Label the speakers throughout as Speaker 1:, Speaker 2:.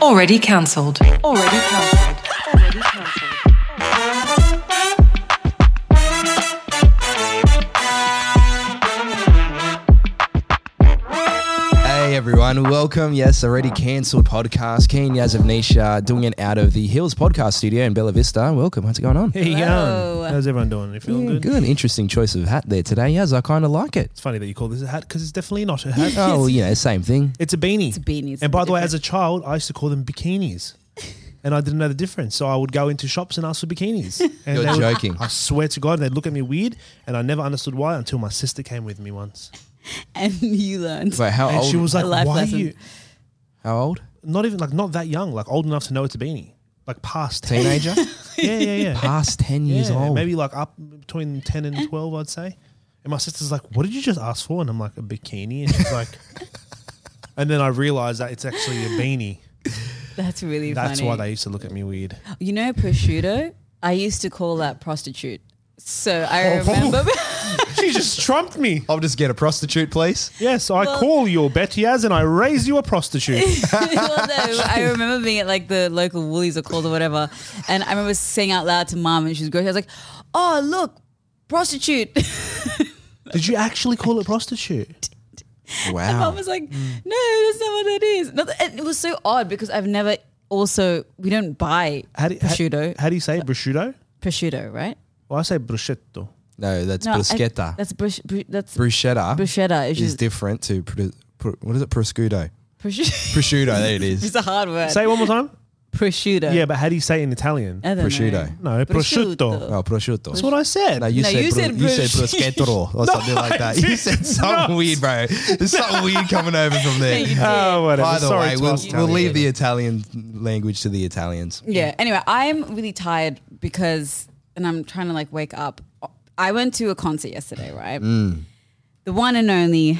Speaker 1: Already cancelled. Already cancelled. Already cancelled.
Speaker 2: Hey everyone, welcome. Yes, already cancelled podcast. Keen Yaz of Nisha doing it out of the Hills Podcast Studio in Bella Vista. Welcome. How's it going on?
Speaker 3: How you
Speaker 4: Hello.
Speaker 3: going? How's everyone doing? You feeling
Speaker 2: Good.
Speaker 3: good?
Speaker 2: Interesting choice of hat there today. Yaz, I kind of like it.
Speaker 3: It's funny that you call this a hat because it's definitely not a hat.
Speaker 2: Oh, well, you know, same thing.
Speaker 3: It's a beanie.
Speaker 4: It's a beanie, it's
Speaker 3: and by the way,
Speaker 4: different.
Speaker 3: as a child, I used to call them bikinis. And I didn't know the difference. So I would go into shops and ask for bikinis. And
Speaker 2: You're
Speaker 3: they would-
Speaker 2: joking.
Speaker 3: I swear to God, they'd look at me weird. And I never understood why until my sister came with me once.
Speaker 4: and you learned.
Speaker 2: Wait, how
Speaker 3: And
Speaker 2: old?
Speaker 3: she was like,
Speaker 4: A life
Speaker 3: why
Speaker 4: lesson.
Speaker 3: are you
Speaker 2: how old?
Speaker 3: not even like not that young, like old enough to know it's a beanie? Like past 10.
Speaker 2: Teenager?
Speaker 3: yeah, yeah, yeah.
Speaker 2: Past 10 years
Speaker 3: Yeah,
Speaker 2: old.
Speaker 3: Maybe like up between 10 and 12, I'd say. And my sister's like, What did you just ask for? And I'm like, A bikini. And she's like, And then I realized that it's actually a beanie.
Speaker 4: That's really
Speaker 3: That's
Speaker 4: funny.
Speaker 3: why they used to look at me weird.
Speaker 4: you know prosciutto? I used to call that prostitute. So
Speaker 3: Oh.
Speaker 4: I remember.
Speaker 3: she just trumped me.
Speaker 2: I'll just get a prostitute, please.
Speaker 3: Yes, I call you Betty as and I raise you a prostitute.
Speaker 4: well, no, I remember being at like the local Woolies or Coles or whatever, and I remember saying out loud to mum, and she was grocery. I was like, "Oh, look, prostitute."
Speaker 3: Did you actually call it prostitute?
Speaker 4: And
Speaker 2: Wow.
Speaker 4: mum was like, "No, that's not what that is." Not that- and it was so odd because I've never. Also, we don't buy
Speaker 3: How do, how-
Speaker 4: prosciutto.
Speaker 3: How, do you say it? prosciutto?
Speaker 4: prosciutto, right?
Speaker 3: Well, I say prosciutto.
Speaker 2: No, that's
Speaker 4: I-
Speaker 2: bruschetta.
Speaker 4: that's brush, br- that's
Speaker 2: bruschetta
Speaker 4: bruschetta. It's
Speaker 2: is
Speaker 4: just
Speaker 2: different to, pr- pr- what is it, prosciutto?
Speaker 4: prosciutto.
Speaker 2: Prosciutto, there it is.
Speaker 4: It's a hard word.
Speaker 3: Say it one more time.
Speaker 4: prosciutto.
Speaker 3: Yeah, but how do you say it in Italian?
Speaker 4: I don't
Speaker 2: Prosciutto.
Speaker 4: know.
Speaker 3: No, uh, prosciutto.
Speaker 2: Oh, prosciutto.
Speaker 3: That's what I said.
Speaker 2: No, you
Speaker 4: No,
Speaker 2: said
Speaker 4: you
Speaker 2: bro-
Speaker 4: said
Speaker 2: you said
Speaker 4: brush-
Speaker 2: bruschetto or something like that. You
Speaker 3: did
Speaker 2: said something
Speaker 3: not.
Speaker 2: weird, bro. There's something weird coming over from there.
Speaker 4: Thank you.
Speaker 3: Oh, whatever.
Speaker 2: By the
Speaker 3: Sorry
Speaker 2: way,
Speaker 3: to
Speaker 2: we'll,
Speaker 3: us
Speaker 2: we'll leave
Speaker 3: Italian.
Speaker 2: the Italian language to the Italians.
Speaker 4: Yeah. Anyway, I'm really tired because, and I'm trying to like wake up. I went to a concert yesterday, right? The one and only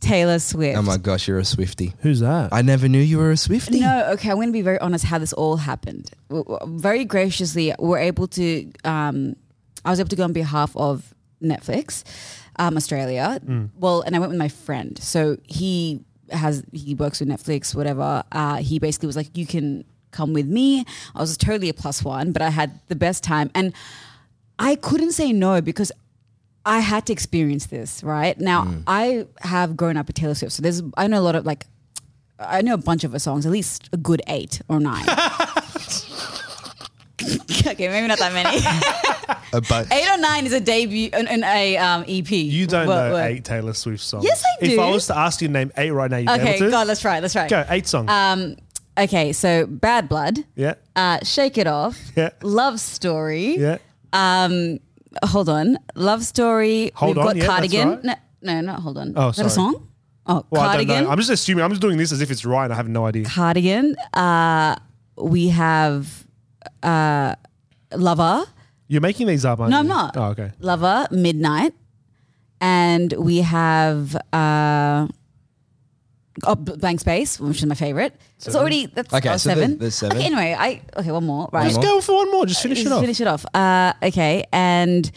Speaker 4: Taylor Swift.
Speaker 2: Mm. Oh my gosh, you're a Swifty.
Speaker 3: Who's that?
Speaker 2: I never knew you were a Swifty.
Speaker 4: No, okay. I'm going to be very honest how this all happened. W- w- Very graciously, we were able to, um, I was able to go on behalf of Netflix, um, Australia. Well, and I went with my friend. So he has, he works with Netflix, whatever. Uh, he basically was like, you can come with me. I was totally a plus one, but I had the best time. And I couldn't say no because I had to experience this, right? Now, I have grown up with Taylor Swift. So there's, I know a lot of like, I know a bunch of her songs, at least a good eight or nine. okay, maybe not that many.
Speaker 2: Uh, but
Speaker 4: eight or nine is a debut and an a um, EP.
Speaker 3: You don't
Speaker 4: What-
Speaker 3: know
Speaker 4: what-
Speaker 3: eight Taylor Swift songs.
Speaker 4: Yes, I
Speaker 3: If I
Speaker 4: do.
Speaker 3: was to ask you to name eight right now, you'd be
Speaker 4: Okay,
Speaker 3: able to.
Speaker 4: God, let's try. it, Let's try. it.
Speaker 3: Go eight songs.
Speaker 4: Um, okay, so Bad Blood,
Speaker 3: yeah,
Speaker 4: uh, Shake It Off,
Speaker 3: Yeah.
Speaker 4: Love Story.
Speaker 3: yeah.
Speaker 4: Um, hold on, Love Story.
Speaker 3: Hold
Speaker 4: We've
Speaker 3: on,
Speaker 4: got
Speaker 3: yeah, that's
Speaker 4: Cardigan.
Speaker 3: right.
Speaker 4: No, no, not Hold On.
Speaker 3: Oh,
Speaker 4: Is that a
Speaker 3: sorry.
Speaker 4: song? Oh,
Speaker 3: Well,
Speaker 4: Cardigan.
Speaker 3: I don't know. I'm just assuming. I'm just doing this as if it's right. And I have no idea.
Speaker 4: Cardigan. Uh, we have uh, Lover.
Speaker 3: You're making these up, aren't
Speaker 4: No,
Speaker 3: you?
Speaker 4: I'm not.
Speaker 3: Oh, okay.
Speaker 4: Lover, Midnight, and we have uh, oh, B- Blank Space, which is my favorite. It's already that's
Speaker 2: Okay,
Speaker 4: oh,
Speaker 2: so there-
Speaker 4: seven.
Speaker 2: there's seven.
Speaker 4: Okay, anyway, I okay one more. Right,
Speaker 2: more.
Speaker 3: Just go for one more. Just finish
Speaker 4: Just
Speaker 3: it off.
Speaker 4: finish it off. Uh, okay, and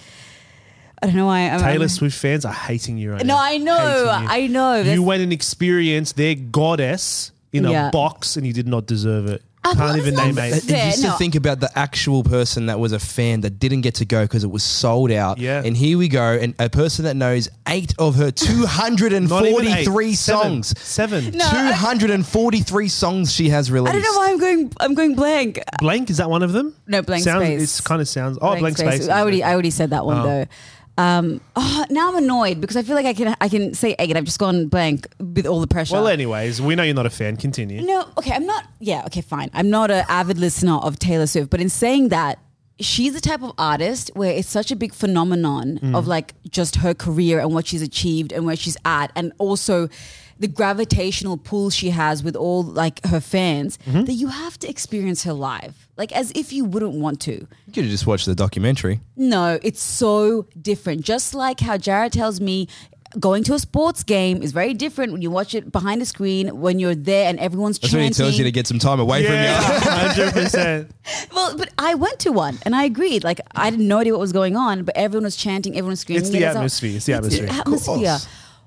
Speaker 4: I don't know why I'm
Speaker 3: Taylor
Speaker 4: I'm-
Speaker 3: Swift fans are hating you right
Speaker 4: No,
Speaker 3: now.
Speaker 4: I know,
Speaker 3: Hating
Speaker 4: I know.
Speaker 3: You,
Speaker 4: That's-
Speaker 3: you went and experienced their goddess in
Speaker 4: Yeah.
Speaker 3: a box, and you did not deserve it.
Speaker 4: Oh,
Speaker 3: Can't
Speaker 4: that's
Speaker 3: even
Speaker 4: not
Speaker 3: name
Speaker 2: I
Speaker 3: eight.
Speaker 4: fair. Yeah,
Speaker 2: uh, used
Speaker 4: no.
Speaker 2: to think about the actual person that was a fan that didn't get to go because it was sold out.
Speaker 3: Yeah.
Speaker 2: And here we go, and a person that knows eight of her
Speaker 3: Not even eight.
Speaker 2: 243
Speaker 3: Seven.
Speaker 2: songs.
Speaker 3: Seven.
Speaker 4: No, I-
Speaker 2: 243 songs she has released.
Speaker 4: I don't know why I'm going. I'm going blank.
Speaker 3: Blank is that one of them?
Speaker 4: No, Blank
Speaker 3: sounds,
Speaker 4: Space.
Speaker 3: It's kind of sounds. Oh, blank, space.
Speaker 4: I already, I already said that one
Speaker 3: Oh.
Speaker 4: though. Um, oh, now I'm annoyed because I feel like I can, I can say eight. I've just gone blank with all the pressure.
Speaker 3: Well, anyways, we know you're not a fan. Continue.
Speaker 4: No, okay, I'm not. Yeah, okay, fine. I'm not an avid listener of Taylor Swift, but in saying that, she's the type of artist where it's such a big phenomenon
Speaker 2: Mm.
Speaker 4: of like just her career and what she's achieved and where she's at, and also the gravitational pull she has with all like her fans
Speaker 2: Mm-hmm.
Speaker 4: that you have to experience her live, like as if you wouldn't want to.
Speaker 2: You could have just watched the documentary.
Speaker 4: No, it's so different. Just like how Jared tells me going to a sports game is very different when you watch it behind a screen when you're there and everyone's
Speaker 2: That's when
Speaker 4: chanting.
Speaker 2: he tells you to get some time away from you.
Speaker 3: hundred percent.
Speaker 4: Well, but I went to one and I agreed. Like I had no idea what was going on, but everyone was chanting, everyone was screaming.
Speaker 3: It's the
Speaker 4: Yeah, that's all-
Speaker 3: atmosphere. It's the atmosphere.
Speaker 4: atmosphere.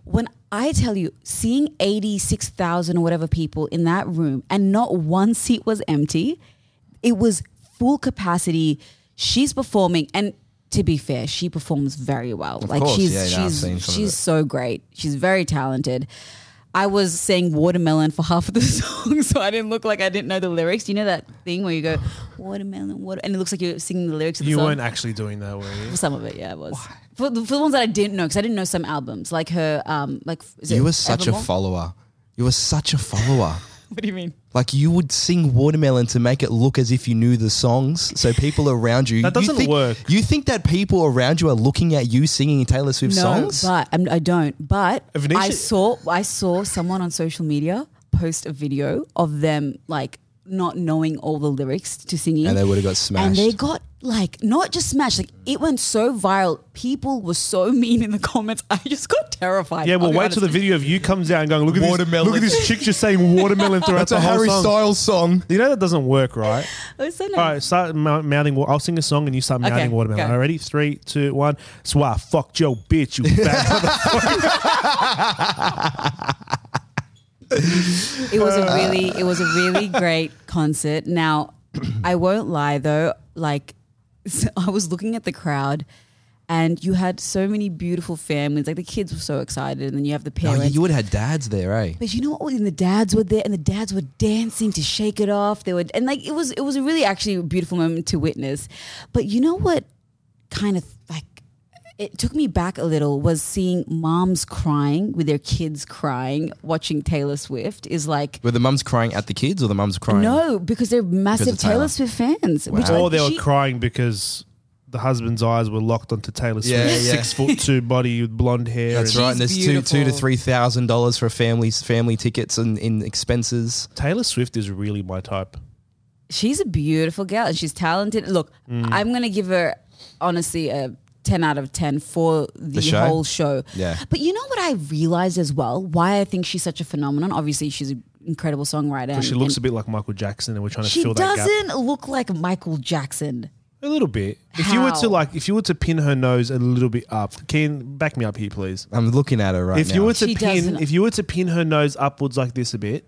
Speaker 4: When I tell you, seeing 86,000 or whatever people in that room and not one seat was empty, it was full capacity. She's performing and to be fair, she performs very well. like
Speaker 2: course,
Speaker 4: she's
Speaker 2: yeah, yeah, I've
Speaker 4: she's
Speaker 2: seen some of
Speaker 4: she's
Speaker 2: it.
Speaker 4: so great. She's very talented. I was saying watermelon for half of the song, so I didn't look like I didn't know the lyrics. You know that thing where you go watermelon, water, and it looks like you're singing the lyrics. Of the
Speaker 3: You
Speaker 4: song?
Speaker 3: weren't actually doing that, were you?
Speaker 4: For some of it, yeah, it was. For the, for the ones that I didn't know, because I didn't know some albums, like her, um, like is it
Speaker 2: You were such a
Speaker 4: Evermore?
Speaker 2: follower. You were such a follower.
Speaker 4: What do you mean?
Speaker 2: Like you would sing Watermelon to make it look as if you knew the songs, so people around you.
Speaker 3: That
Speaker 2: you
Speaker 3: doesn't
Speaker 2: think,
Speaker 3: work.
Speaker 2: You think that people around you are looking at you singing Taylor Swift songs?
Speaker 4: but um, I don't. But
Speaker 3: Venetia-
Speaker 4: I saw I saw someone on social media post a video of them like not knowing all the lyrics to singing,
Speaker 2: And they would've got smashed.
Speaker 4: And they got like not just smashed, like it went so viral. People were so mean in the comments. I just got terrified.
Speaker 3: Yeah, well,
Speaker 4: I'll be
Speaker 3: wait till the
Speaker 4: honest.
Speaker 3: video of you comes out and going, look at
Speaker 2: Watermelon.
Speaker 3: this, look at this chick just saying watermelon throughout
Speaker 2: That's
Speaker 3: the
Speaker 2: a
Speaker 3: whole
Speaker 2: Harry
Speaker 3: song.
Speaker 2: Styles song.
Speaker 3: You know that doesn't work, right?
Speaker 4: It was so nice.
Speaker 3: All right, start mou- mouthing. wa- I'll sing a song and you start mouthing watermelon.
Speaker 4: go.
Speaker 3: All right, ready? Three, two, one. Swah, fuck Joe, bitch, you fat mother-
Speaker 4: It was a really it was a really great concert. Now, I won't lie though, like so I was looking at the crowd and you had so many beautiful families. Like the kids were so excited and then you have the
Speaker 2: Oh,
Speaker 4: parents.
Speaker 2: yeah, you would have had dads there, eh?
Speaker 4: but you know what? And the dads were there, and the dads were dancing to "Shake It Off." They were, and like it was, it was a really actually beautiful moment to witness. But you know what? Kind of like it took me back a little was seeing moms crying with their kids crying, watching Taylor Swift. Is like
Speaker 2: Were the mums crying at the kids or the mums crying?
Speaker 4: no, because they're massive
Speaker 2: of Taylor.
Speaker 4: Taylor. Swift fans. Which,
Speaker 3: Or
Speaker 4: like,
Speaker 3: they
Speaker 4: she-
Speaker 3: were crying because the husband's eyes were locked onto Taylor Swift's
Speaker 2: Yeah, yeah.
Speaker 3: six foot two body with blonde hair.
Speaker 2: That's
Speaker 3: and-
Speaker 2: right. And there's two, two to
Speaker 4: beautiful.
Speaker 2: three thousand dollars for families, family tickets, and in expenses.
Speaker 3: Taylor Swift is really my type.
Speaker 4: She's a beautiful girl and she's talented. Look, I'm going to give her, honestly, a 10 out of 10 for the,
Speaker 2: show?
Speaker 4: whole show.
Speaker 2: Yeah.
Speaker 4: But you know what I realized as well? Why I think she's such a phenomenon? Obviously, she's an incredible songwriter.
Speaker 3: But
Speaker 4: and-
Speaker 3: she looks
Speaker 4: and
Speaker 3: a bit like Michael Jackson, and we're trying to
Speaker 4: she
Speaker 3: fill that gap.
Speaker 4: doesn't look like Michael Jackson.
Speaker 3: A little bit. If you were to
Speaker 4: How?
Speaker 3: like, if you were to pin her nose a little bit up, Keen, back me up here, please.
Speaker 2: I'm looking at her right
Speaker 3: if
Speaker 2: now.
Speaker 3: you were to
Speaker 4: She
Speaker 3: pin,
Speaker 4: doesn't.
Speaker 3: if you were to pin her nose upwards like this a bit,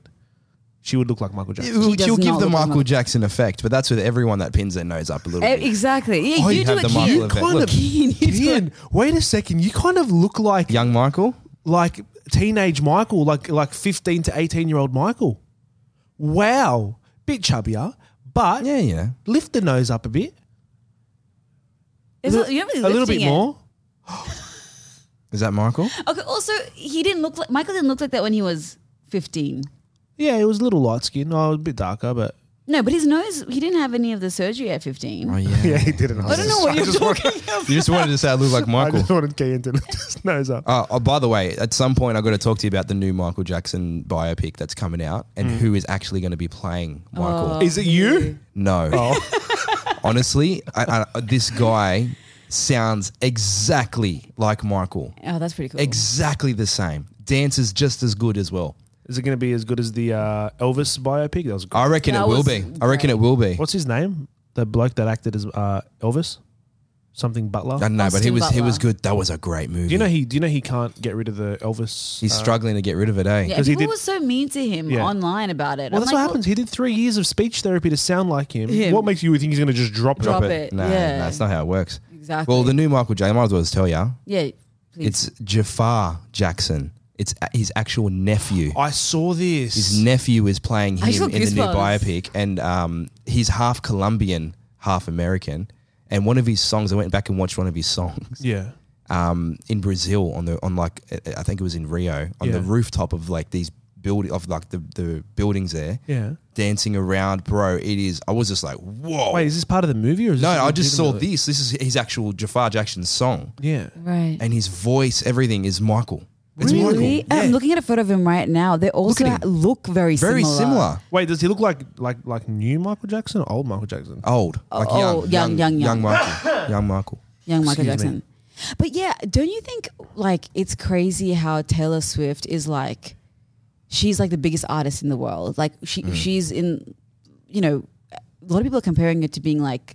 Speaker 3: she would look like Michael Jackson.
Speaker 2: She'll
Speaker 4: does
Speaker 2: she'll give
Speaker 4: not
Speaker 2: the
Speaker 4: look like
Speaker 2: Michael
Speaker 4: Michael-
Speaker 2: Jackson effect, but that's with everyone that pins their nose up a little
Speaker 4: Eh,
Speaker 2: bit.
Speaker 4: Exactly. Yeah,
Speaker 2: Oh,
Speaker 4: you,
Speaker 2: you
Speaker 4: do
Speaker 2: have
Speaker 4: it,
Speaker 2: the
Speaker 4: Keen.
Speaker 2: Michael effect. Look.
Speaker 4: Keen, you do it.
Speaker 3: Ian, wait a second. You kind of look like
Speaker 2: Young Michael.
Speaker 3: like teenage Michael, like like fifteen to eighteen year old Michael. Wow, bit chubbier, but
Speaker 2: Yeah, yeah.
Speaker 3: lift the nose up a bit,
Speaker 4: It's not- you're not
Speaker 3: a
Speaker 4: really
Speaker 3: little
Speaker 4: lifting
Speaker 3: bit
Speaker 4: it.
Speaker 3: more.
Speaker 2: Is that Michael?
Speaker 4: Okay. Also, he didn't look like Michael didn't look like that when he was 15.
Speaker 3: Yeah, it was a little light skin. Oh, a bit darker, but
Speaker 4: No, but his nose, he didn't have any of the surgery at 15.
Speaker 2: Oh yeah.
Speaker 3: yeah, he didn't.
Speaker 4: I don't know what you're talking about.
Speaker 2: You just wanted to say I look like
Speaker 3: I
Speaker 2: Michael.
Speaker 3: just wanted Kean to lift his nose up.
Speaker 2: Uh, oh, by the way, at some point I got to talk to you about the new Michael Jackson biopic that's coming out and who is actually going to be playing Michael.
Speaker 4: Oh.
Speaker 3: Is it you?
Speaker 2: No,
Speaker 3: Oh,
Speaker 2: honestly, I, I, this guy sounds exactly like Michael.
Speaker 4: Oh, that's pretty cool.
Speaker 2: Exactly the same. Dances just as good as well.
Speaker 3: is it going to be as good as the uh, Elvis biopic? That was good.
Speaker 2: I reckon
Speaker 4: That
Speaker 2: it will
Speaker 4: was
Speaker 2: be. I reckon it will be.
Speaker 3: What's his name? The bloke that acted as uh, Elvis, something Butler.
Speaker 2: I don't know, but he
Speaker 4: Austin
Speaker 2: was he
Speaker 4: Butler.
Speaker 2: was good. That was a great movie.
Speaker 3: do you know he? Do you know he can't get rid of the Elvis?
Speaker 2: He's
Speaker 3: uh,
Speaker 2: struggling to get rid of it, eh?
Speaker 4: Yeah,
Speaker 3: 'Cause
Speaker 4: people
Speaker 3: he did-
Speaker 4: were so mean to him
Speaker 3: Yeah.
Speaker 4: online about it.
Speaker 3: Well, that's
Speaker 4: I'm like,
Speaker 3: what happens. He did three years of speech therapy to sound like him.
Speaker 4: Him.
Speaker 3: What makes you think he's going to just drop,
Speaker 4: Drop
Speaker 3: it?
Speaker 4: it.
Speaker 2: No,
Speaker 4: yeah.
Speaker 2: that's not how it works.
Speaker 4: "Oh, Exactly.
Speaker 2: Well, the new Michael J. I might as well just tell ya.
Speaker 4: yeah, please.
Speaker 2: It's Jafar Jackson. It's a- his actual nephew.
Speaker 3: I saw this.
Speaker 2: His nephew is playing
Speaker 4: I
Speaker 2: him
Speaker 4: saw
Speaker 2: in the new
Speaker 4: goosebumps.
Speaker 2: biopic, and um, he's half Colombian, half American. And one of his songs, I went back and watched one of his songs
Speaker 3: yeah.
Speaker 2: um, in Brazil on the on like I- I think it was in Rio on the
Speaker 3: Yeah.
Speaker 2: rooftop of like these build of like the, the buildings there,
Speaker 3: Yeah.
Speaker 2: dancing around, bro. It is. I was just like, whoa.
Speaker 3: Wait, is this part of the movie or is
Speaker 2: no,
Speaker 3: this
Speaker 2: I just saw
Speaker 3: legitimately-
Speaker 2: this. This is his actual Jafar Jackson's song,
Speaker 3: Yeah.
Speaker 4: right.
Speaker 2: and his voice, everything is Michael. It's
Speaker 4: really?
Speaker 2: Michael.
Speaker 4: I'm looking at a photo of him right now. They also
Speaker 2: at
Speaker 4: ha-
Speaker 2: him.
Speaker 4: look very similar.
Speaker 2: Very similar.
Speaker 3: Wait, does he look like like like new Michael Jackson or old Michael Jackson?
Speaker 2: Old. Like
Speaker 4: Oh,
Speaker 2: young,
Speaker 4: oh, young, young,
Speaker 2: young
Speaker 4: young.
Speaker 2: Michael. young Michael.
Speaker 4: Young Michael
Speaker 3: Excuse
Speaker 4: Jackson.
Speaker 3: me.
Speaker 4: But yeah, don't you think like it's crazy how Taylor Swift is like she's like the biggest artist in the
Speaker 2: Mm.
Speaker 4: world. Like she she's in you know a lot of people are comparing it to being like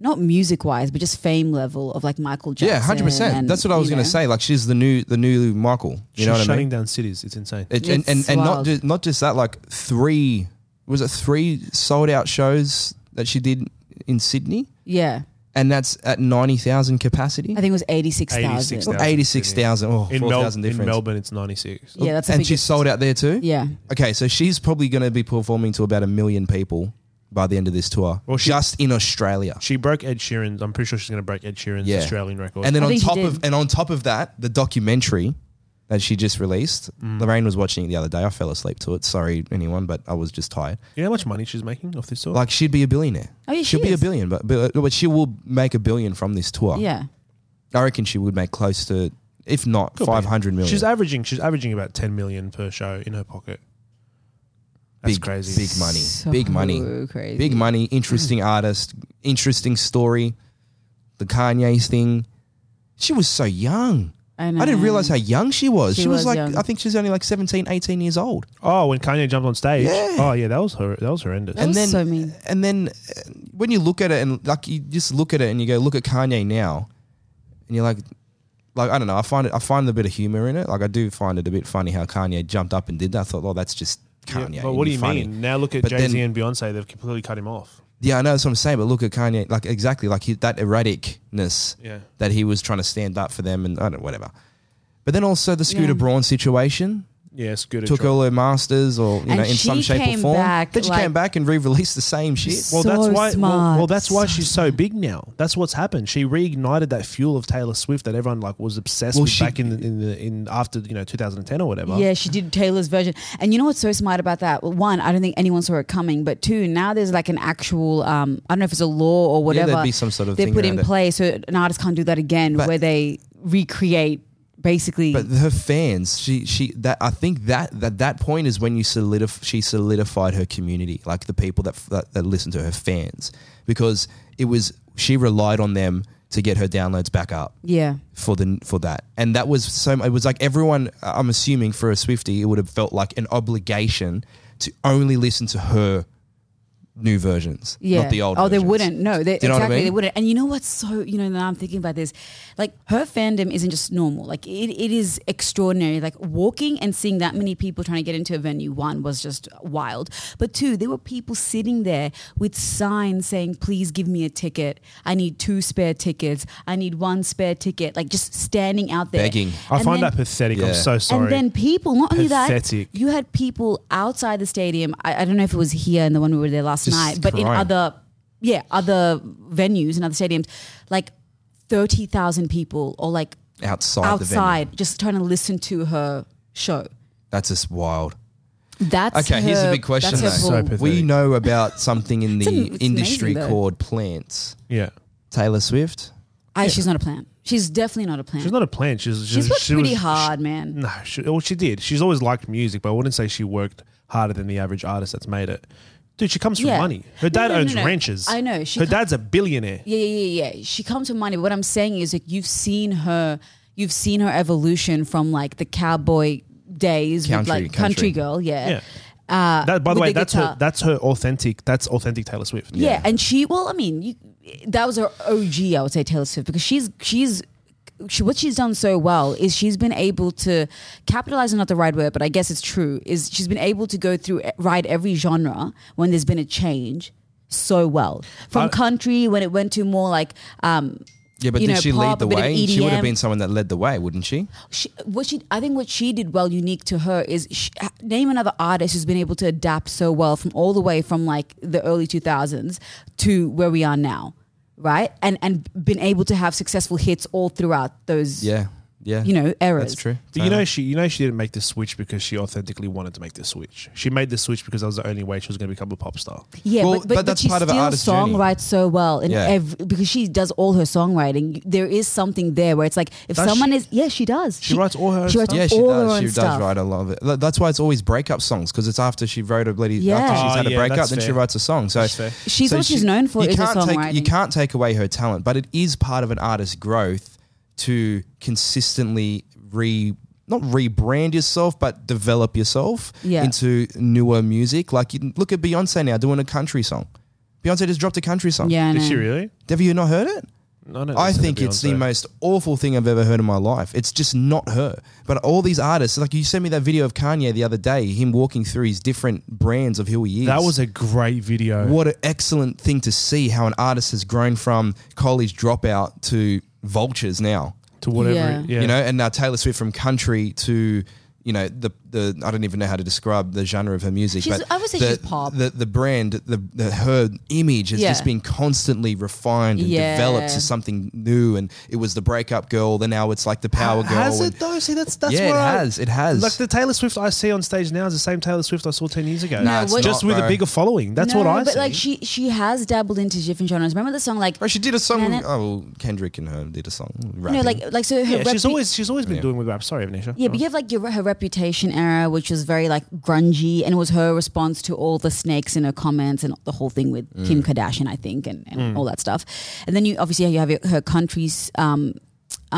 Speaker 4: not music wise, but just fame level of like Michael Jackson.
Speaker 2: yeah, hundred percent.
Speaker 4: and,
Speaker 2: That's what I was
Speaker 4: you
Speaker 2: going
Speaker 4: know.
Speaker 2: to say. Like she's the new the new Michael. You
Speaker 3: She's
Speaker 2: know what I
Speaker 3: shutting
Speaker 2: mean?
Speaker 3: down cities. It's insane.
Speaker 2: It, and and,
Speaker 4: It's
Speaker 2: and not
Speaker 4: wild.
Speaker 2: just, not just that. Like three was it three sold out shows that she did in Sydney,
Speaker 4: Yeah.
Speaker 2: and that's at ninety thousand capacity.
Speaker 4: I think it was 86,000.
Speaker 3: 86,000.
Speaker 2: Eighty six thousand. Oh,
Speaker 3: in,
Speaker 2: four
Speaker 3: Mel-
Speaker 2: thousand
Speaker 3: in
Speaker 2: difference.
Speaker 3: Melbourne, it's 96.
Speaker 4: Yeah, that's
Speaker 2: Oh,
Speaker 4: the
Speaker 2: and she's
Speaker 4: biggest-
Speaker 2: sold out there too.
Speaker 4: Yeah.
Speaker 2: Okay, so she's probably going to be performing to about a million people by the end of this tour,
Speaker 3: Well, she-
Speaker 2: just in Australia.
Speaker 3: She broke Ed Sheeran's. I'm pretty sure she's going to break Ed Sheeran's
Speaker 2: Yeah.
Speaker 3: Australian record.
Speaker 2: And then
Speaker 4: I
Speaker 2: on
Speaker 4: think she
Speaker 2: top of
Speaker 4: did.
Speaker 2: and on top of that, the documentary that she just released,
Speaker 3: Mm.
Speaker 2: Lorraine was watching it the other day. I fell asleep to it. Sorry, anyone, but I was just tired.
Speaker 3: you know how much money she's making off this tour?
Speaker 2: Like she'd be a billionaire.
Speaker 4: Oh, yeah, she
Speaker 2: She'll be a
Speaker 4: is.
Speaker 2: billion, but, but but she will make a billion from this tour.
Speaker 4: Yeah.
Speaker 2: I reckon she would make close to, if not
Speaker 3: Could be.
Speaker 2: five hundred million.
Speaker 3: She's averaging. She's averaging about 10 million per show in her pocket. That's
Speaker 2: big,
Speaker 3: crazy.
Speaker 2: Big money.
Speaker 4: So
Speaker 2: big money.
Speaker 4: Crazy.
Speaker 2: Big money. Interesting
Speaker 4: Mm.
Speaker 2: artist. Interesting story. The Kanye's thing. She was so young.
Speaker 4: I,
Speaker 2: I didn't
Speaker 4: know.
Speaker 2: realize how young she was. She,
Speaker 4: Mm. She
Speaker 2: was,
Speaker 4: was
Speaker 2: like,
Speaker 4: young.
Speaker 2: I think she's only like 17, 18 years old.
Speaker 3: Oh, when Kanye jumped on stage.
Speaker 2: Yeah.
Speaker 3: Oh yeah, that was her. That was horrendous.
Speaker 4: That
Speaker 2: and
Speaker 4: was
Speaker 2: then-
Speaker 4: so mean.
Speaker 2: And then uh, when you look at it and like you just look at it and you go, look at Kanye now, and you're like, like I don't know. I find it. I find a bit of humor in it. Like I do find it a bit funny how Kanye jumped up and did that. I thought, oh, that's just
Speaker 3: Yeah,
Speaker 2: Kanye.
Speaker 3: but
Speaker 2: It'd
Speaker 3: what
Speaker 2: be
Speaker 3: do you
Speaker 2: funny."
Speaker 3: mean? Now look at
Speaker 2: But
Speaker 3: Jay Z
Speaker 2: then-
Speaker 3: and Beyonce. They've completely cut him off.
Speaker 2: Yeah, I know that's what I'm saying. But look at Kanye. Like exactly like he, that erraticness
Speaker 3: Yeah.
Speaker 2: that he was trying to stand up for them and I don't whatever. But then also the Scooter
Speaker 4: Yeah.
Speaker 2: Braun situation.
Speaker 3: Yeah, Scooter
Speaker 2: took
Speaker 3: Troy.
Speaker 2: all her masters or you know
Speaker 4: And
Speaker 2: in some
Speaker 4: she
Speaker 2: shape or
Speaker 4: came
Speaker 2: form.
Speaker 4: back,
Speaker 2: then she
Speaker 4: like-
Speaker 2: came back and re-released the same shit.
Speaker 3: Well,
Speaker 4: So
Speaker 3: that's why. Well,
Speaker 4: smart.
Speaker 3: well, that's why
Speaker 4: So
Speaker 3: she's so big now. That's what's happened. She reignited that fuel of Taylor Swift that everyone like was obsessed
Speaker 2: Well,
Speaker 3: with
Speaker 2: she-
Speaker 3: back in the, in the in after you know 2010 or whatever.
Speaker 4: Yeah, she did Taylor's version. And you know what's so smart about that? Well, one, I don't think anyone saw it coming. But two, now there's like an actual, um, I don't know if it's a law or
Speaker 2: Yeah,
Speaker 4: whatever.
Speaker 2: there'd be some sort of
Speaker 4: they
Speaker 2: thing
Speaker 4: put in
Speaker 2: around it.
Speaker 4: place so an artist can't do that again
Speaker 2: But-
Speaker 4: where they recreate basically.
Speaker 2: But her fans, she she that I think that that that point is when you solidif- she solidified her community, like the people that that, that listen to her fans, because it was she relied on them to get her downloads back up.
Speaker 4: yeah.
Speaker 2: for the for that, and that was so. It was like everyone. I'm assuming for a Swifty, it would have felt like an obligation to only listen to her new versions,
Speaker 4: Yeah.
Speaker 2: not the old.
Speaker 4: Oh, they
Speaker 2: versions.
Speaker 4: wouldn't. No, they,
Speaker 2: Do you know what I
Speaker 4: exactly.
Speaker 2: mean?
Speaker 4: They wouldn't. And you know what's so you know now I'm thinking about this, like her fandom isn't just normal. Like it, it is extraordinary. Like walking and seeing that many people trying to get into a venue one was just wild. But two, there were people sitting there with signs saying, "Please give me a ticket. I need two spare tickets. I need one spare ticket." Like just standing out there
Speaker 2: Begging.
Speaker 3: I
Speaker 4: And
Speaker 3: find
Speaker 4: then-
Speaker 3: that pathetic.
Speaker 2: Yeah.
Speaker 3: I'm so sorry.
Speaker 4: and then people, not only
Speaker 3: Pathetic.
Speaker 4: that, you had people outside the stadium. I, I don't know if it was here and the one we were there last
Speaker 2: Just
Speaker 4: night, but in
Speaker 2: crying.
Speaker 4: other, yeah, other venues and other stadiums, like 30,000 people or like
Speaker 2: outside. The venue.
Speaker 4: outside just trying to listen to her show.
Speaker 2: That's just wild.
Speaker 4: That's
Speaker 2: Okay, here's a
Speaker 4: her-
Speaker 2: big question,
Speaker 4: That's her
Speaker 2: though.
Speaker 3: So
Speaker 4: pull.
Speaker 3: pathetic.
Speaker 2: We know about something in
Speaker 4: It's am-
Speaker 2: the
Speaker 4: it's
Speaker 2: industry
Speaker 4: amazing, though.
Speaker 2: called plants.
Speaker 3: yeah,
Speaker 2: Taylor Swift.
Speaker 4: I, she's not a plant. She's definitely not a plant.
Speaker 3: she's not a plant. She's
Speaker 4: She's worked
Speaker 3: she
Speaker 4: pretty
Speaker 3: was-
Speaker 4: hard, man.
Speaker 3: No, she, well, she did. She's always liked music, but I wouldn't say she worked harder than the average artist that's made it. Dude, she comes from
Speaker 4: Yeah.
Speaker 3: money. Her
Speaker 4: No,
Speaker 3: dad
Speaker 4: no, no,
Speaker 3: owns
Speaker 4: no.
Speaker 3: ranches.
Speaker 4: I know, she
Speaker 3: Her
Speaker 4: com-
Speaker 3: dad's a billionaire.
Speaker 4: Yeah, yeah, yeah, yeah. She comes from money. But what I'm saying is, like, you've seen her, you've seen her evolution from like the cowboy days
Speaker 2: Country,
Speaker 4: with like
Speaker 2: country.
Speaker 4: country, girl, yeah.
Speaker 3: Yeah. that, by the
Speaker 4: Uh, with
Speaker 3: way,
Speaker 4: the
Speaker 3: that's her.
Speaker 4: guitar.
Speaker 3: That's her authentic. That's authentic Taylor Swift.
Speaker 4: yeah, And she, well, I mean, you, that was her OG, I would say, Taylor Swift, because she's she's. She, what she's done so well is she's been able to capitalize is not the right word but i guess it's true is she's been able to go through eh, ride every genre when there's been a change so well from
Speaker 3: I-
Speaker 4: country when it went to more like um
Speaker 2: Yeah, but
Speaker 4: You
Speaker 2: did
Speaker 4: know,
Speaker 2: she lead
Speaker 4: pop,
Speaker 2: the
Speaker 4: a bit of E
Speaker 2: way? She would have
Speaker 4: EDM.
Speaker 2: been someone that led the way, wouldn't she?
Speaker 4: she, what she, I think what she did well, unique to her, is she, name another artist who's been able to adapt so well from all the way from like the early 2000s to where we are now, right? And and been able to have successful hits all throughout those,
Speaker 2: Yeah, yeah.
Speaker 4: you know, eras.
Speaker 2: that's true.
Speaker 3: But you know she, you know she didn't make the switch because she authentically wanted to make the switch. She made the switch because that was the only way she was going to become a pop star.
Speaker 4: Yeah,
Speaker 2: Well,
Speaker 4: but, but,
Speaker 2: but
Speaker 4: but,
Speaker 2: that's
Speaker 4: she
Speaker 2: part of an
Speaker 4: still
Speaker 2: artist's journey.
Speaker 4: songwrites so well, and
Speaker 2: Yeah.
Speaker 4: every, because she does all her songwriting, there is something there where it's like if
Speaker 3: Does
Speaker 4: someone
Speaker 3: she?
Speaker 4: is, yeah, she does.
Speaker 3: She writes all her own
Speaker 4: She writes
Speaker 3: stuff?
Speaker 2: Yeah, she
Speaker 4: all her
Speaker 2: does.
Speaker 4: own
Speaker 2: She
Speaker 4: stuff.
Speaker 2: does write a lot of it. Th- That's why it's always breakup songs because it's after she wrote a bloody
Speaker 4: Yeah.
Speaker 2: after she's
Speaker 3: Oh,
Speaker 2: had a
Speaker 3: yeah,
Speaker 2: breakup,
Speaker 3: that's
Speaker 2: then she
Speaker 3: fair.
Speaker 2: writes a song. So
Speaker 3: That's fair.
Speaker 4: She's
Speaker 2: so
Speaker 4: what she's known for
Speaker 2: You
Speaker 4: is her
Speaker 2: can't take you
Speaker 4: songwriting.
Speaker 2: can't take away her talent, but it is part of an artist's growth to consistently re not rebrand yourself, but develop yourself
Speaker 4: Yeah.
Speaker 2: into newer music. Like you, look at Beyonce now doing a country song. Beyonce just dropped a country song.
Speaker 4: Yeah, I
Speaker 3: Did
Speaker 4: know.
Speaker 3: she really?
Speaker 2: Have you not heard it?
Speaker 3: No, don't
Speaker 2: I
Speaker 3: listen to
Speaker 2: think it's the
Speaker 3: Beyonce.
Speaker 2: most awful thing I've ever heard in my life. It's just not her. But all these artists, like you sent me that video of Kanye the other day, him walking through his different brands of who he is.
Speaker 3: That was a great video.
Speaker 2: what an excellent thing to see how an artist has grown from college dropout to vultures now.
Speaker 3: to whatever.
Speaker 4: Yeah.
Speaker 3: it- yeah.
Speaker 2: You know, and now Taylor Swift from country to you know the the I don't even know how to describe the genre of her music.
Speaker 4: She's-
Speaker 2: but
Speaker 4: I would say
Speaker 2: the,
Speaker 4: she's pop.
Speaker 2: The the brand, the, the her image has
Speaker 4: Yeah.
Speaker 2: just been constantly refined and
Speaker 4: Yeah.
Speaker 2: developed to something new. And it was the breakup girl, then now it's like the power girl.
Speaker 3: Has
Speaker 2: and-
Speaker 3: it though? See, that's that's
Speaker 2: yeah,
Speaker 3: what
Speaker 2: it
Speaker 3: I-
Speaker 2: has. It has.
Speaker 3: Like the Taylor Swift I see on stage now is the same Taylor Swift I saw ten years ago.
Speaker 2: Nah,
Speaker 4: No,
Speaker 2: it's
Speaker 4: what-
Speaker 3: just
Speaker 2: not,
Speaker 3: with
Speaker 2: bro.
Speaker 3: a bigger following. That's
Speaker 4: no,
Speaker 3: what I
Speaker 4: But
Speaker 3: see.
Speaker 4: like she she has dabbled into different genres. Remember the song like
Speaker 2: Bro, she did a song.
Speaker 4: No, no.
Speaker 2: Oh, well, Kendrick and her did a song.
Speaker 4: you know like like so her
Speaker 3: yeah, she's
Speaker 4: repu-
Speaker 3: always she's always been
Speaker 2: Yeah.
Speaker 3: doing with rap. Sorry, Anisha.
Speaker 4: Yeah, but you have like your, her reputation era, which was very like grungy, and it was her response to all the snakes in her comments and the whole thing with Kim Kardashian, I think, and, and all that stuff. And then you obviously you have your, her country's um,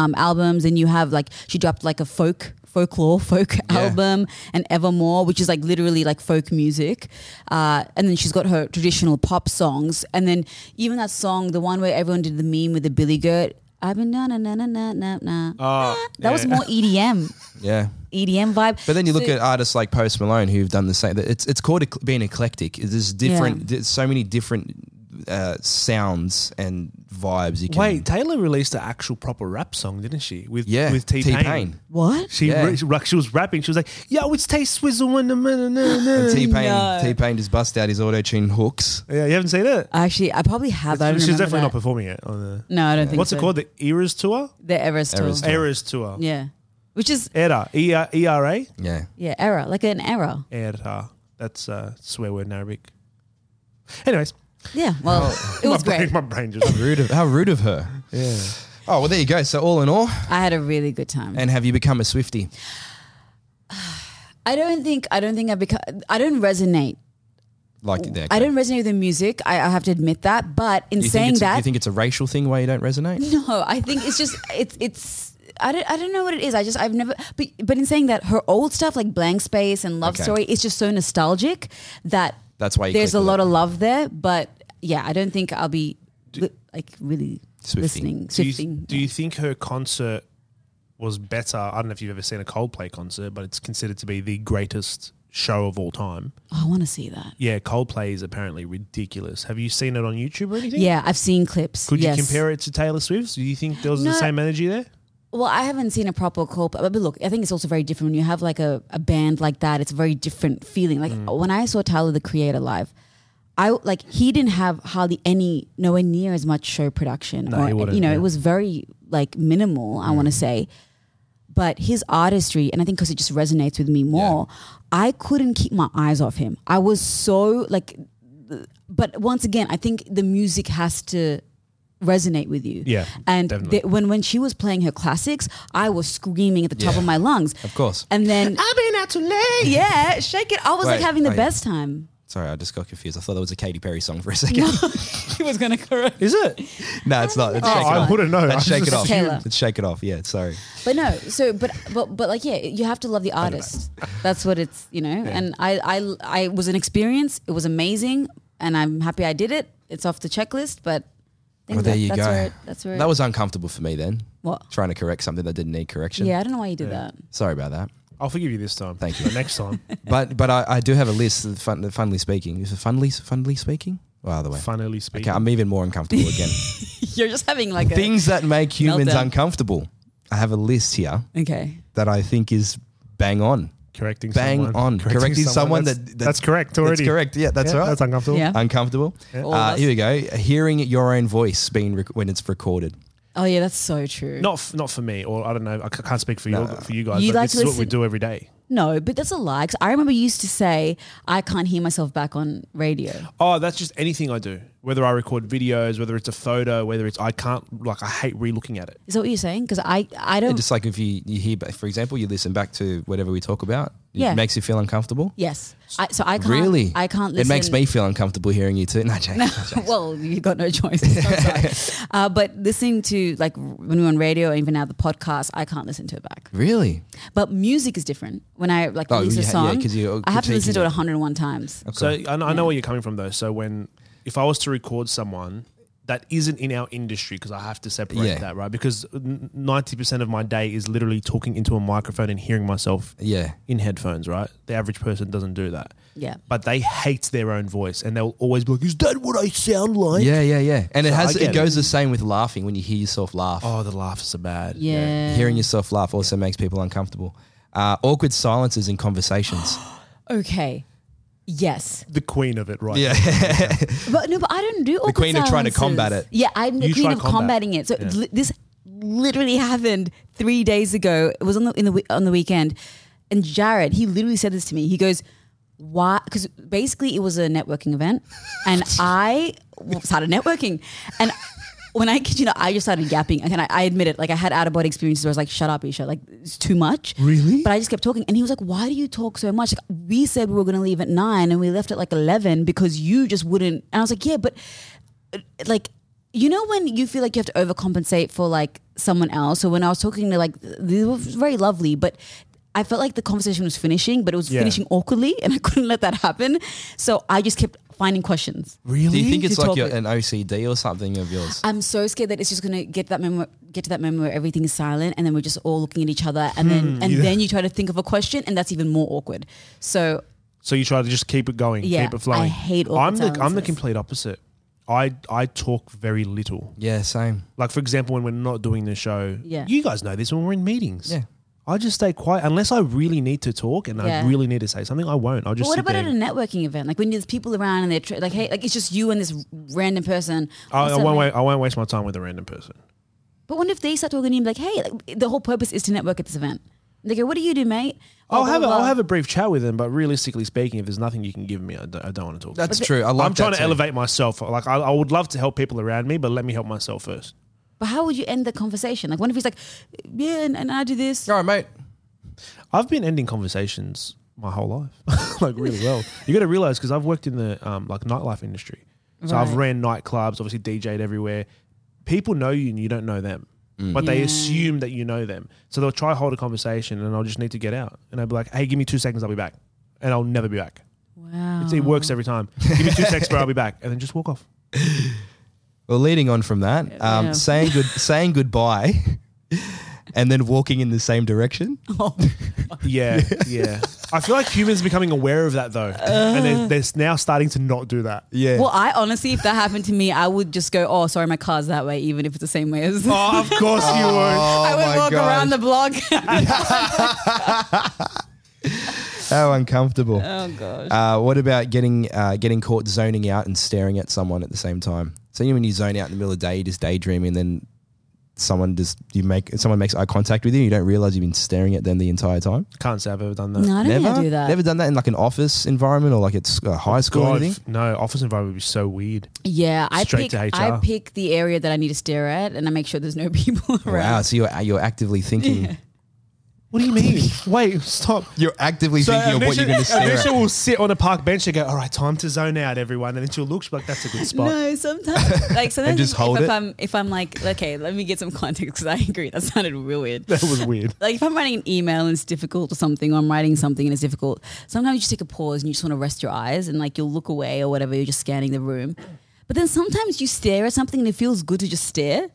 Speaker 4: um, albums, and you have like she dropped like a folk folklore folk album and Evermore, which is like literally like folk music. Uh, and then she's got her traditional pop songs, and then even that song, the one where everyone did the meme with the Billy Goat. I've been na na na na na na na. That was more E EDM.
Speaker 2: yeah.
Speaker 4: EDM E vibe.
Speaker 2: But then you look
Speaker 4: So-
Speaker 2: at artists like Post Malone who've done the same. It's it's called ec- being eclectic. There's different.
Speaker 4: Yeah.
Speaker 2: There's so many different uh, sounds and vibes. You can
Speaker 3: Wait, Taylor released an actual proper rap song, didn't she? With
Speaker 2: Yeah,
Speaker 3: with T Pain.
Speaker 2: T-Pain.
Speaker 4: what?
Speaker 3: She,
Speaker 2: Yeah.
Speaker 3: ra- she ra- she was rapping. She was like, "Yo, it's Tay Swizzle and the na- na- na- na."
Speaker 2: And T Pain.
Speaker 4: Mm, No.
Speaker 2: T Pain just bust out his auto tune hooks.
Speaker 3: Yeah, you haven't seen it.
Speaker 4: Actually, I probably have. I don't
Speaker 3: She's
Speaker 4: remember
Speaker 3: definitely not
Speaker 4: that.
Speaker 3: performing it on the.
Speaker 4: No, I don't think
Speaker 3: What's
Speaker 4: so.
Speaker 3: it called? The Eras Tour.
Speaker 4: The Eras tour.
Speaker 2: Eras tour.
Speaker 3: Eras Tour.
Speaker 4: Yeah, which is
Speaker 3: Era. E R E R A.
Speaker 2: Yeah.
Speaker 4: yeah, era like an era.
Speaker 3: Era. That's a swear word in Arabic. Anyways,
Speaker 4: Yeah. Well, it was
Speaker 3: Oh. my
Speaker 4: great.
Speaker 3: brain, my brain just.
Speaker 2: Rude of, how rude of her.
Speaker 3: yeah.
Speaker 2: Oh well, there you go. So all in all,
Speaker 4: I had a really good time.
Speaker 2: and have you become a Swifty?
Speaker 4: I don't think I don't think I become. I don't resonate.
Speaker 2: Like that?
Speaker 4: I don't resonate with the music. I, I have to admit that. But in
Speaker 2: You think
Speaker 4: saying
Speaker 2: it's-
Speaker 4: that,
Speaker 2: you think it's a racial thing why you don't resonate?
Speaker 4: No, I think it's just it's it's I don't, I don't know what it is. I just I've never but but in saying that her old stuff like Blank Space and Love
Speaker 2: Okay.
Speaker 4: Story is just so nostalgic that
Speaker 2: That's why you
Speaker 4: there's
Speaker 2: click
Speaker 4: a
Speaker 2: with
Speaker 4: lot
Speaker 2: it.
Speaker 4: of love there. But yeah, I don't think I'll be li- like really
Speaker 2: Swifting.
Speaker 4: listening.
Speaker 3: Do you,
Speaker 4: Swifting.
Speaker 3: do you think her concert was better? I don't know if you've ever seen a Coldplay concert, but it's considered to be the greatest show of all time.
Speaker 4: Oh, I want to see that.
Speaker 3: Yeah, Coldplay is apparently ridiculous. Have you seen it on YouTube or anything?
Speaker 4: Yeah, I've seen clips.
Speaker 3: Could you
Speaker 4: yes.
Speaker 3: compare it to Taylor Swift's? Do you think there was
Speaker 4: No.
Speaker 3: the same energy there?
Speaker 4: Well, I haven't seen a proper call, but but look, I think it's also very different when you have like a, a band like that. It's a very different feeling. Like
Speaker 3: Mm.
Speaker 4: when I saw Tyler the Creator live, I like he didn't have hardly any, nowhere near as much show production.
Speaker 3: No, he wouldn't,
Speaker 4: you know,
Speaker 3: yeah. Mm.
Speaker 4: it was very like minimal. I want to say, but his artistry, and I think because it just resonates with me more, I couldn't keep my eyes off him. I was so like, but once again, I think the music has to resonate with you.
Speaker 3: Yeah,
Speaker 4: And
Speaker 3: definitely.
Speaker 4: the- when when she was playing her classics, I was screaming at the top
Speaker 2: Yeah.
Speaker 4: of my lungs.
Speaker 2: Of course.
Speaker 4: And then
Speaker 3: I've been out too late.
Speaker 4: yeah, shake it. I was like
Speaker 2: Wait,
Speaker 4: having the
Speaker 2: wait.
Speaker 4: best time.
Speaker 2: Sorry, I just got confused. I thought that was a Katy Perry song for a second. No,
Speaker 4: He was gonna correct.
Speaker 3: Is it?
Speaker 2: it's not. It's
Speaker 4: Oh,
Speaker 2: shake it
Speaker 4: I
Speaker 2: off.
Speaker 3: wouldn't know.
Speaker 2: Let's
Speaker 3: I
Speaker 2: shake it
Speaker 3: just
Speaker 2: off.
Speaker 4: assumed.
Speaker 2: Let's shake it off. Yeah, sorry.
Speaker 4: But no, so but but but like yeah, you have to love the artist. That's what it's you know. And I I I was an experience. It was amazing, and I'm happy I did it. It's off the checklist, but. I think
Speaker 2: Well, there
Speaker 4: that-
Speaker 2: you
Speaker 4: that's
Speaker 2: go.
Speaker 4: Where it, that's where
Speaker 2: That
Speaker 4: it,
Speaker 2: was uncomfortable for me then.
Speaker 4: what.
Speaker 2: Trying to correct something that didn't need correction.
Speaker 4: Yeah, I don't know why you did
Speaker 3: Yeah.
Speaker 4: that.
Speaker 2: Sorry about that.
Speaker 3: I'll forgive you this time.
Speaker 2: Thank
Speaker 3: you. next time,
Speaker 2: But but I, I do have a list. of Fun, funnily speaking, is it funnily funnily speaking? Well, either way.
Speaker 3: funnily
Speaker 2: Okay,
Speaker 3: speaking.
Speaker 2: I'm even more uncomfortable again.
Speaker 4: You're just having like a
Speaker 2: Things that make humans
Speaker 4: Meltdown.
Speaker 2: uncomfortable. I have a list here
Speaker 4: Okay.
Speaker 2: that I think is bang on.
Speaker 3: correcting
Speaker 2: Bang
Speaker 3: someone.
Speaker 2: on. Correcting someone
Speaker 3: that's,
Speaker 2: that- that-
Speaker 3: that's correct already.
Speaker 2: That's correct. Yeah, that's
Speaker 3: Yeah,
Speaker 2: right.
Speaker 3: That's uncomfortable.
Speaker 4: Yeah.
Speaker 2: uncomfortable.
Speaker 4: All of
Speaker 2: Uh,
Speaker 4: us.
Speaker 2: here we go. Hearing your own voice being rec- when it's recorded.
Speaker 4: Oh yeah, that's so true.
Speaker 3: Not f- not for me, or I don't know. I c- can't speak for you for you guys.
Speaker 4: You
Speaker 3: but
Speaker 4: like
Speaker 3: this
Speaker 4: to
Speaker 3: is what
Speaker 4: listen-
Speaker 3: we do every day.
Speaker 4: No, but that's a lie. 'cause I remember you used to say, I can't hear myself back on radio.
Speaker 3: Oh, that's just anything I do. Whether I record videos, whether it's a photo, whether it's I can't like I hate re-looking at it.
Speaker 4: Is that what you're saying? Because I, I
Speaker 2: And
Speaker 4: don't.
Speaker 2: Just like if you, you hear, for example, you listen back to whatever we talk about, it
Speaker 4: Yeah.
Speaker 2: makes you feel uncomfortable.
Speaker 4: yes. I, so I can't.
Speaker 2: Really?
Speaker 4: I can't listen.
Speaker 2: It makes me feel uncomfortable hearing you too. No, Jake.
Speaker 4: well, you got no choice. I'm sorry. uh, but listening to, like, when we're on radio, even now the podcast, I can't listen to it back.
Speaker 2: Really?
Speaker 4: But music is different. When I, like,
Speaker 2: Oh,
Speaker 4: release
Speaker 2: yeah,
Speaker 4: a
Speaker 2: yeah,
Speaker 4: song,
Speaker 2: 'cause you're
Speaker 4: I have to listen
Speaker 2: critiquing
Speaker 4: to
Speaker 2: it.
Speaker 4: it 101 times.
Speaker 2: Okay.
Speaker 3: So I, kn- I know where you're coming from though. So when if I was to record someone that isn't in our industry, because I have to separate
Speaker 2: Yeah.
Speaker 3: that, right? Because ninety percent of my day is literally talking into a microphone and hearing myself
Speaker 2: Yeah.
Speaker 3: in headphones, right? The average person doesn't do that.
Speaker 4: Yeah.
Speaker 3: But they hate their own voice and they'll always be like, Is that what I sound like?
Speaker 2: Yeah, yeah, yeah. And it
Speaker 3: So
Speaker 2: has
Speaker 3: I get
Speaker 2: it goes the same with laughing when you hear yourself laugh.
Speaker 3: Oh, the laughs are so bad.
Speaker 4: Yeah.
Speaker 2: Hearing yourself laugh also makes people uncomfortable. Uh, awkward silences in conversations.
Speaker 4: Okay. Yes.
Speaker 3: The queen of it, right?
Speaker 2: yeah.
Speaker 4: But no, but I don't do awkward
Speaker 2: queen of trying to
Speaker 4: silences.
Speaker 2: combat it.
Speaker 4: Yeah, I'm the
Speaker 3: You
Speaker 4: queen
Speaker 3: try
Speaker 4: of
Speaker 3: combat.
Speaker 4: combating it. So
Speaker 3: Yeah.
Speaker 4: li- this literally happened three days ago. It was on the in the we- on the weekend, and Jared he literally said this to me. He goes, "Why?" Because basically it was a networking event, and I w- started networking, and. When I kid you not, I just started yapping. And I, I admit it, like I had out of body experiences where I was like, shut up, Isha. Like, it's too much.
Speaker 3: Really?
Speaker 4: But I just kept talking. And he was like, why do you talk so much? Like, we said we were going to leave at nine and we left at like 11 because you just wouldn't. And I was like, yeah, but like you know when you feel like you have to overcompensate for like someone else so when i was talking to like they were very lovely but i felt like the conversation was finishing but it was
Speaker 3: Yeah.
Speaker 4: finishing awkwardly and i couldn't let that happen so i just kept finding questions
Speaker 3: Really?
Speaker 2: Do you think it's
Speaker 4: To
Speaker 2: like
Speaker 4: talk
Speaker 2: your,
Speaker 4: with-
Speaker 2: an OCD or something of yours?
Speaker 4: i'm so scared that it's just gonna get to that moment get to that moment where everything is silent and then we're just all looking at each other and then and
Speaker 3: Hmm. yeah.
Speaker 4: then you try to think of a question and that's even more awkward so
Speaker 3: So you try to just keep it going,
Speaker 4: Yeah,
Speaker 3: keep it flowing.
Speaker 4: I hate awkward
Speaker 3: I'm the I'm the
Speaker 4: silences.
Speaker 3: complete opposite. I I talk very little.
Speaker 2: Yeah, same.
Speaker 3: Like for example, when we're not doing the show,
Speaker 4: Yeah.
Speaker 3: you guys know this when we're in meetings.
Speaker 2: Yeah.
Speaker 3: I just stay quiet unless I really need to talk and
Speaker 4: Yeah.
Speaker 3: I really need to say something. I won't. I'll just.
Speaker 4: But what
Speaker 3: sit
Speaker 4: about
Speaker 3: there
Speaker 4: at a
Speaker 3: and-
Speaker 4: networking event? Like when there's people around and they're tr- like, hey, like it's just you and this random person.
Speaker 3: I,
Speaker 4: What's
Speaker 3: I
Speaker 4: that
Speaker 3: won't.
Speaker 4: like?
Speaker 3: Wait, I won't waste my time with a random person.
Speaker 4: But what if they start talking to you and be like, hey, like, the whole purpose is to network at this event? They go, what do you do, mate?
Speaker 3: I'll have a, I'll have a brief chat with them, but realistically speaking, if there's nothing you can give me, I don't, I don't want to talk.
Speaker 2: That's true. I like
Speaker 3: I'm trying
Speaker 2: that
Speaker 3: to
Speaker 2: too.
Speaker 3: elevate myself. Like I, I would love to help people around me, but let me help myself first.
Speaker 4: But how would you end the conversation? Like, what if he's like, yeah, and, and I do this?
Speaker 2: All right, mate.
Speaker 3: I've been ending conversations my whole life, like really well. You got to realize because I've worked in the um, like nightlife industry, so I've
Speaker 4: Right.
Speaker 3: ran nightclubs, obviously DJed everywhere. People know you and you don't know them,
Speaker 2: Mm.
Speaker 3: but they
Speaker 4: Yeah.
Speaker 3: assume that you know them. So they'll try hold a conversation, and I'll just need to get out, and I'll be like, "Hey, give me two seconds, I'll be back," and I'll never be back.
Speaker 4: Wow.
Speaker 3: It's, it works every time. Give me two seconds, bro, I'll be back, and then just walk off.
Speaker 2: Well, leading on from that, um,
Speaker 4: Yeah.
Speaker 2: saying good, saying goodbye, and then walking in the same direction.
Speaker 3: Yeah, yeah. I feel like humans are becoming aware of that though, and
Speaker 4: Uh.
Speaker 3: they're, they're now starting to not do that.
Speaker 2: Yeah.
Speaker 4: Well, I honestly, if that happened to me, I would just go, oh, sorry, my car's that way, even if it's the same way as.
Speaker 3: Oh, of course you would.
Speaker 4: I would
Speaker 2: my
Speaker 4: walk
Speaker 2: gosh.
Speaker 4: around the block.
Speaker 2: How uncomfortable.
Speaker 4: oh, gosh.
Speaker 2: Uh, what about getting uh, getting caught zoning out and staring at someone at the same time? So you know when you zone out in the middle of the day, you just daydream, and then someone just you make someone makes eye contact with you, you don't realize you've been staring at them the entire time.
Speaker 3: Can't say I've ever done that.
Speaker 4: No, I don't think I do that.
Speaker 2: never done that in like an office environment or like at s- uh, high school or
Speaker 3: God,
Speaker 2: anything.
Speaker 3: f- no, office environment would be so weird.
Speaker 4: Yeah, I
Speaker 3: Straight
Speaker 4: pick,
Speaker 3: to HR.
Speaker 4: I pick the area that I need to stare at and I make sure there's no people around.
Speaker 2: Wow, so you're you're actively thinking.
Speaker 3: What do you mean? Wait, stop.
Speaker 2: You're actively thinking of what you're going to stare at.
Speaker 3: Anisha will sit on a park bench and go, all right, time to zone out, everyone. And then she'll look, she'll be like, that's a good spot.
Speaker 4: No, sometimes like sometimes
Speaker 2: just
Speaker 4: if,
Speaker 2: hold
Speaker 4: if
Speaker 2: it?
Speaker 4: I'm if I'm like okay, let me get some context because I agree that sounded real weird.
Speaker 3: That was weird.
Speaker 4: Like if I'm writing an email and it's difficult or something, or I'm writing something and it's difficult. Sometimes you just take a pause and you just want to rest your eyes and like you'll look away or whatever. You're just scanning the room, but then sometimes you stare at something and it feels good to just stare.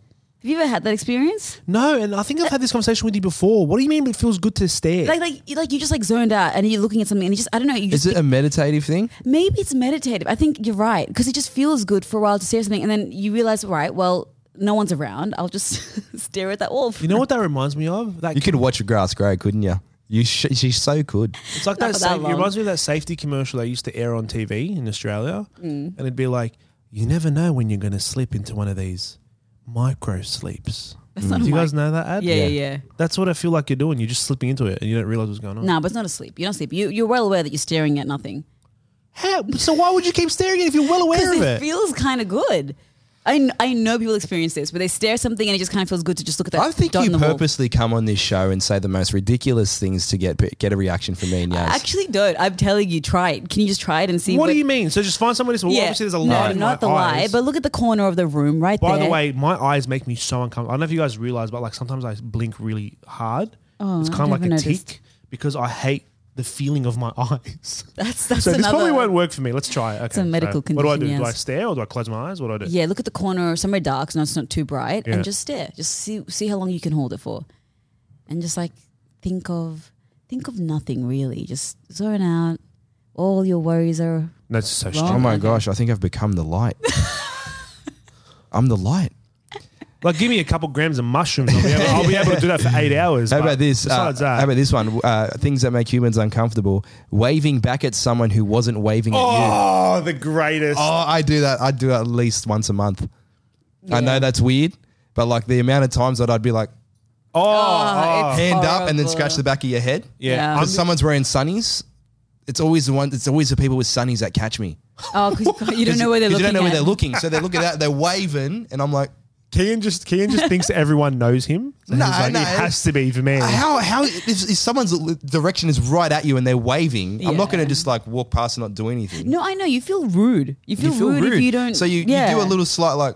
Speaker 4: Have you ever had that experience?
Speaker 3: No, and I think I've had this conversation with you before. What do you mean it feels good to stare?
Speaker 4: Like like you- like you just like zoned out and you're looking at something and you just I don't know. You just
Speaker 2: Is it a meditative thing?
Speaker 4: maybe it's meditative. I think you're right because it just feels good for a while to stare at something, and then you realize, right, well, no one's around. I'll just stare at that wall. For
Speaker 3: you know what that reminds me of? That
Speaker 2: You could watch grass grow, couldn't you? You sh- she's so good.
Speaker 3: It's like that.
Speaker 4: Not for that
Speaker 3: safe- it
Speaker 4: long.
Speaker 3: reminds me of that safety commercial they used to air on TV in Australia,
Speaker 4: Mm.
Speaker 3: and it'd be like, "You never know when you're going to slip into one of these micro sleeps." Mm. Do
Speaker 4: not a
Speaker 3: you
Speaker 4: mic-
Speaker 3: guys know that ad?
Speaker 4: Yeah, yeah, yeah.
Speaker 3: That's what I feel like you're doing. You're just slipping into it, and you don't realize what's going on.
Speaker 4: No, but it's not asleep. You're not asleep. You, you're well aware that you're staring at nothing.
Speaker 3: How- so why would you keep staring at it if you're well aware
Speaker 4: Because
Speaker 3: of
Speaker 4: it
Speaker 3: it?
Speaker 4: feels kind of good. I, kn- I know people experience this, where they stare at something and it just kind of feels good to just look at that.
Speaker 2: I think
Speaker 4: dot in
Speaker 2: you
Speaker 4: the wall.
Speaker 2: purposely come on this show and say the most ridiculous things to get get a reaction from me and Yaz.
Speaker 4: I actually don't. I'm telling you, try it. Can you just try it and see?
Speaker 3: what do you mean? So just find somebody. So well, obviously there's a
Speaker 4: no,
Speaker 3: lie. in
Speaker 4: not
Speaker 3: my
Speaker 4: the lie,
Speaker 3: eyes.
Speaker 4: but look at the corner of the room right
Speaker 3: By
Speaker 4: there.
Speaker 3: the way, my eyes make me so uncomfortable. I don't know if you guys realize, but like sometimes I blink really hard.
Speaker 4: Oh,
Speaker 3: it's
Speaker 4: I've
Speaker 3: kind of like
Speaker 4: never
Speaker 3: a
Speaker 4: noticed.
Speaker 3: tick because I hate the feeling of my eyes.
Speaker 4: That's that's
Speaker 3: So this
Speaker 4: another.
Speaker 3: probably won't work for me. Let's try it. Okay,
Speaker 4: a medical
Speaker 3: so What do I do?
Speaker 4: condition,
Speaker 3: Do I
Speaker 4: yes.
Speaker 3: stare or do I close my eyes? What do I do?
Speaker 4: Yeah, look at the corner or somewhere dark, so it's not too bright,
Speaker 3: Yeah.
Speaker 4: and just stare. Just see see how long you can hold it for, and just like think of think of nothing really. Just zone out. All your worries are
Speaker 3: That's so
Speaker 2: Oh
Speaker 3: strong.
Speaker 4: Wrong.
Speaker 2: my
Speaker 4: Okay.
Speaker 2: gosh, I think I've become the light. I'm the light.
Speaker 3: Like, give me a couple grams of mushrooms. I'll be able, I'll be able to do that for eight hours.
Speaker 2: How
Speaker 3: but
Speaker 2: about this? Uh,
Speaker 3: Besides that,
Speaker 2: how about this one? Uh, things that make humans uncomfortable: waving back at someone who wasn't waving at you.
Speaker 3: oh, the greatest.
Speaker 2: Oh, I do that. I do that at least once a month. I know that's weird, but like the amount of times that I'd be like
Speaker 3: oh,
Speaker 4: it's-
Speaker 2: hand up and then
Speaker 4: Horrible.
Speaker 2: scratch the back of your head.
Speaker 3: yeah.
Speaker 4: Yeah.
Speaker 2: Because someone's wearing sunnies. It's always the one. It's always the people with sunnies that catch me.
Speaker 4: oh, because you don't know where they're
Speaker 2: 'Cause
Speaker 4: looking.
Speaker 2: You don't know where
Speaker 4: at.
Speaker 2: they're looking, so they look at that. They're waving, and I'm like,
Speaker 3: Kean just Kean just thinks everyone knows him. So
Speaker 2: No,
Speaker 3: he's like,
Speaker 2: no.
Speaker 3: it has to be for me.
Speaker 2: how how if, if someone's direction is right at you and they're waving, I'm not
Speaker 4: Yeah.
Speaker 2: going to just like walk past and not do anything.
Speaker 4: No, I know you feel rude. You feel, rude, if you don't.
Speaker 2: So you,
Speaker 4: yeah.
Speaker 2: you do a little slight like,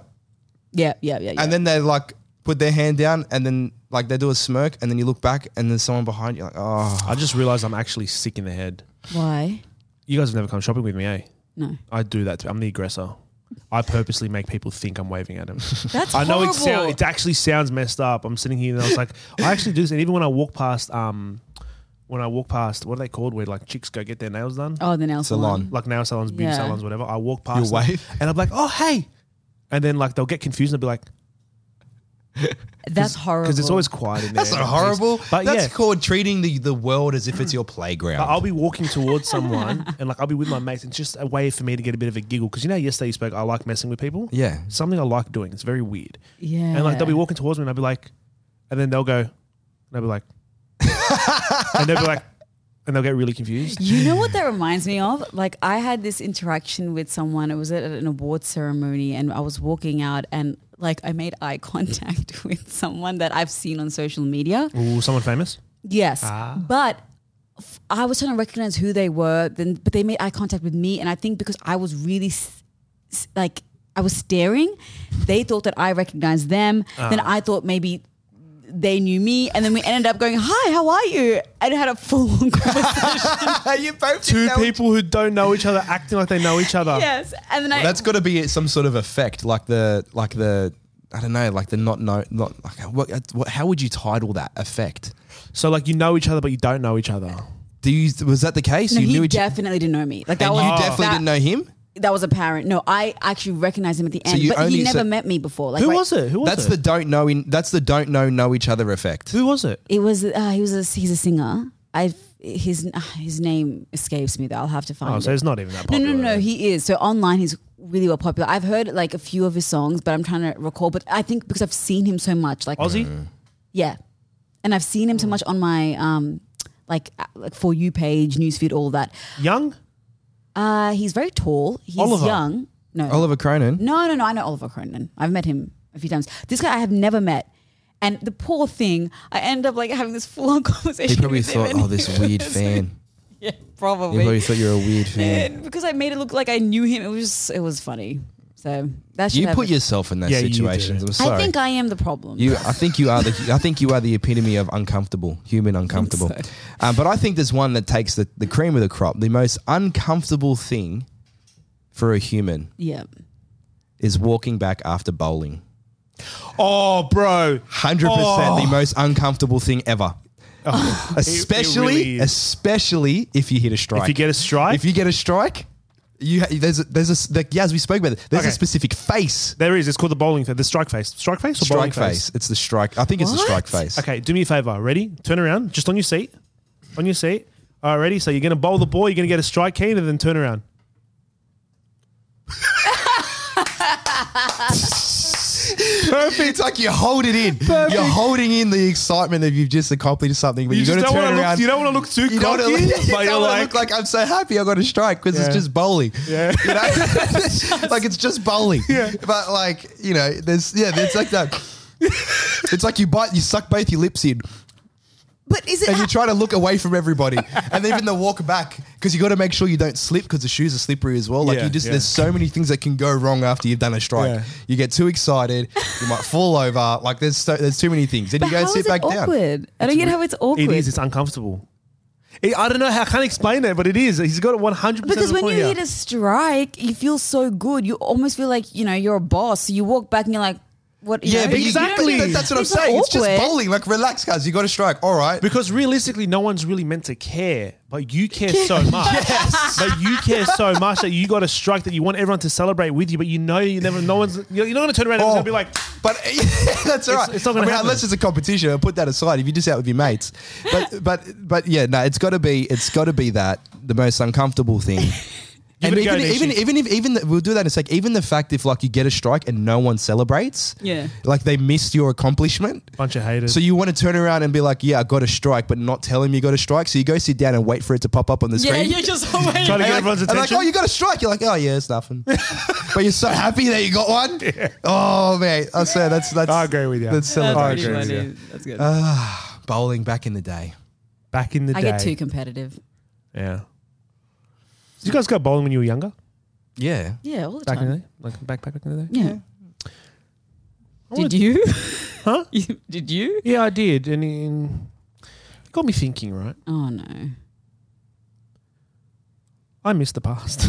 Speaker 4: Yeah, yeah, yeah. yeah.
Speaker 2: and then they like put their hand down, and then like they do a smirk, and then you look back, and there's someone behind you, like, oh,
Speaker 3: I just realized I'm actually sick in the head.
Speaker 4: why?
Speaker 3: You guys have never come shopping with me, eh?
Speaker 4: No,
Speaker 3: I do that. To, I'm the aggressor. I purposely make people think I'm waving at them.
Speaker 4: that's
Speaker 3: I know it
Speaker 4: horrible.
Speaker 3: sound, it actually sounds messed up. I'm sitting here and I was like, I actually do this. And even when I walk past, um, when I walk past, what are they called? Where like chicks go get their nails done,
Speaker 4: oh, the nail salon.
Speaker 2: salon.
Speaker 3: like nail salons, beauty
Speaker 4: Yeah.
Speaker 3: salons, whatever. I walk past,
Speaker 2: You
Speaker 3: them
Speaker 2: wave?
Speaker 3: and I'm like, oh hey, and then like they'll get confused and they'll be like,
Speaker 4: That's horrible.
Speaker 3: because it's always quiet in there.
Speaker 2: That's not horrible.
Speaker 3: But
Speaker 2: That's
Speaker 3: yeah.
Speaker 2: called treating the, the world as if it's your playground.
Speaker 3: I'll be walking towards someone and like I'll be with my mates. and It's just a way for me to get a bit of a giggle because you know yesterday you spoke. I like messing with people.
Speaker 2: yeah.
Speaker 3: something I like doing. It's very weird.
Speaker 4: yeah.
Speaker 3: And like they'll be walking towards me and I'll be like, and then they'll go, and they'll be like, and they'll be like, and they'll get really confused.
Speaker 4: You know what that reminds me of? Like I had this interaction with someone. It was at an award ceremony, and I was walking out, and like I made eye contact with someone that I've seen on social media.
Speaker 3: Ooh, someone famous?
Speaker 4: Yes, but f- I was trying to recognize who they were. Then, but they made eye contact with me, and I think because I was really s- s- like I was staring, they thought that I recognized them. Then I thought maybe. They knew me, and then we ended up going, "Hi, how are you?" And had a full on conversation.
Speaker 2: you both
Speaker 3: Two people who don't know each other acting like they know each other.
Speaker 4: yes, and then I
Speaker 2: That's got to be some sort of effect, like the like the I don't know, like the not no not like what, what how would you title that effect?
Speaker 3: So like you know each other but you don't know each other.
Speaker 2: Do you was that the case?
Speaker 4: No,
Speaker 2: you
Speaker 4: he
Speaker 2: knew each
Speaker 4: definitely didn't know me. Like that
Speaker 2: and
Speaker 4: was
Speaker 2: you definitely
Speaker 4: that,
Speaker 2: didn't know him.
Speaker 4: That was apparent. No, I actually recognized him at the end,
Speaker 2: you
Speaker 4: but
Speaker 2: only-
Speaker 4: he never
Speaker 2: so-
Speaker 4: met me before. Like
Speaker 3: Who
Speaker 4: right-
Speaker 3: was it? Who was
Speaker 2: That's
Speaker 3: it?
Speaker 2: the don't know in that's the don't know know each other effect.
Speaker 3: Who was it?
Speaker 4: It was. Uh, he was. A, he's a singer. I his uh, his name escapes me. Though I'll have to find.
Speaker 3: Oh,
Speaker 4: it.
Speaker 3: so it's not even that
Speaker 4: no,
Speaker 3: popular.
Speaker 4: no, no. He is. So online, he's really well popular. I've heard like a few of his songs, but I'm trying to recall. But I think because I've seen him so much, like
Speaker 3: Aussie?
Speaker 4: yeah, and I've seen him so much on my um like uh, like for you page, newsfeed, all that.
Speaker 3: Young?
Speaker 4: Uh, he's very tall. He's
Speaker 3: Oliver.
Speaker 4: young. No,
Speaker 2: Oliver Cronin.
Speaker 4: No, no, no. I know Oliver Cronin. I've met him a few times. This guy I have never met. And the poor thing, I end up like having this full on conversation.
Speaker 2: He probably
Speaker 4: with him
Speaker 2: thought,
Speaker 4: and
Speaker 2: oh,
Speaker 4: he
Speaker 2: this weird
Speaker 4: was-
Speaker 2: fan.
Speaker 4: Yeah,
Speaker 2: He probably
Speaker 4: probably.
Speaker 2: thought you were a weird fan.
Speaker 4: And because I made it look like I knew him, it was it was funny. So that should
Speaker 2: You
Speaker 4: have
Speaker 2: put
Speaker 4: it.
Speaker 2: yourself in those
Speaker 3: Yeah, you did
Speaker 2: situations.
Speaker 3: it.
Speaker 2: I'm sorry.
Speaker 4: I think I am the problem.
Speaker 2: You, I think you are the. I think you are the epitome of uncomfortable, human uncomfortable. Um, but I think there's one that takes the, the cream of the crop. The most uncomfortable thing for a human
Speaker 4: yeah.
Speaker 2: is walking back after bowling.
Speaker 3: Oh bro.
Speaker 2: Hundred
Speaker 3: Oh.
Speaker 2: percent, the most uncomfortable thing ever. especially,
Speaker 3: really is.
Speaker 2: especially if you hit a strike.
Speaker 3: If you get a strike,
Speaker 2: If you get a strike, you ha- there's a, there's a like, yeah, as we spoke about it, there's a
Speaker 3: Okay.
Speaker 2: specific face.
Speaker 3: there is. It's called the bowling face. The strike face. Strike face or bowling
Speaker 2: Strike face. It's the strike. I think it's the
Speaker 4: What?
Speaker 2: strike face.
Speaker 3: Okay, do me a favor. Ready? Turn around, just on your seat. On your seat. All right, ready? So you're going to bowl the ball, you're going to get a strike keen, and then turn around.
Speaker 2: Perfect. It's like you hold it in. You're holding in the excitement of you've just accomplished something, but
Speaker 3: You,
Speaker 2: you,
Speaker 3: just
Speaker 2: got to
Speaker 3: don't
Speaker 2: turn
Speaker 3: want to
Speaker 2: around.
Speaker 3: look, you don't want to look too
Speaker 2: You don't
Speaker 3: cocky,
Speaker 2: wanna look- you
Speaker 3: but
Speaker 2: don't
Speaker 3: you're
Speaker 2: wanna
Speaker 3: like,
Speaker 2: look like I'm so happy I got a strike because it's just bowling. Yeah, you know? like it's just bowling. Yeah, but like you know, there's yeah, there's like that. it's like you bite, you suck both your lips in,
Speaker 4: But is it
Speaker 2: and you try to look away from everybody, and even the walk back because you got to make sure you don't slip because the shoes are slippery as well. Like
Speaker 3: Yeah,
Speaker 2: you just
Speaker 3: yeah.
Speaker 2: there's so many things that can go wrong after you've done a strike.
Speaker 3: Yeah.
Speaker 2: You get too excited, you might fall over. Like there's so, there's too many things, and
Speaker 4: but
Speaker 2: you go and
Speaker 4: how
Speaker 2: sit
Speaker 4: is it
Speaker 2: back down.
Speaker 4: awkward? I don't get how it's awkward.
Speaker 3: it is, it's uncomfortable. It- I don't know how I can't explain it, but it is. He's got 100%
Speaker 4: Because
Speaker 3: of the
Speaker 4: when
Speaker 3: point
Speaker 4: you
Speaker 3: here.
Speaker 4: hit a strike, you feel so good. You almost feel like you know you're a boss. You walk back and you're like, "What?" you know,
Speaker 3: but
Speaker 4: you-
Speaker 3: exactly.
Speaker 4: you
Speaker 2: That-
Speaker 4: don't-
Speaker 2: that's what I'm
Speaker 4: it's not
Speaker 2: saying. It's just
Speaker 4: awkward.
Speaker 2: bowling. Like, relax, guys. You got to strike. All right.
Speaker 3: Because realistically, no one's really meant to care, but you care so much. But you care so much that you got a strike that you want everyone to celebrate with you, but you know you never. No one's. You're you're not going to turn around
Speaker 2: Oh,
Speaker 3: and be like,
Speaker 2: but that's all right.
Speaker 3: it's not gonna
Speaker 2: I mean,
Speaker 3: happen.
Speaker 2: unless it's a competition. I put that aside. If you're just out with your mates, but but but yeah, no, it's got to be it's got to be that the most uncomfortable thing. and
Speaker 3: it a go,
Speaker 2: even even
Speaker 3: Nishi.
Speaker 2: even if even the, we'll do that in a sec. Even the fact if like you get a strike and no one celebrates,
Speaker 4: Yeah.
Speaker 2: like they missed your accomplishment.
Speaker 3: bunch of haters.
Speaker 2: So you want to turn around and be like, yeah, I got a strike, but not tell him you got a strike. So you go sit down and wait for it to pop up on the
Speaker 5: Yeah,
Speaker 2: screen.
Speaker 5: you're just always.
Speaker 3: Trying to
Speaker 2: And
Speaker 3: get
Speaker 2: like,
Speaker 3: everyone's
Speaker 2: and like,
Speaker 3: attention.
Speaker 2: oh, you got a strike. You're like, oh yeah, it's nothing. but you're so happy that you got one. Oh man, I say that's that's.
Speaker 3: I agree with you.
Speaker 2: That's
Speaker 5: That's
Speaker 2: celebratory.
Speaker 5: pretty funny. That's good.
Speaker 3: Uh,
Speaker 2: Bowling back in the day.
Speaker 3: Back in the
Speaker 4: I
Speaker 3: day.
Speaker 4: get too competitive.
Speaker 3: Yeah. Did you guys go bowling when you were younger?
Speaker 2: Yeah.
Speaker 4: Yeah, all the
Speaker 3: Back in the
Speaker 4: time.
Speaker 3: day? Like back, back, back in the day?
Speaker 4: Yeah.
Speaker 3: I
Speaker 5: Did
Speaker 3: wanna-
Speaker 5: you?
Speaker 3: Huh?
Speaker 5: You- Did you?
Speaker 3: Yeah, I did. And in, it got me thinking, right?
Speaker 4: Oh no.
Speaker 3: I miss the past.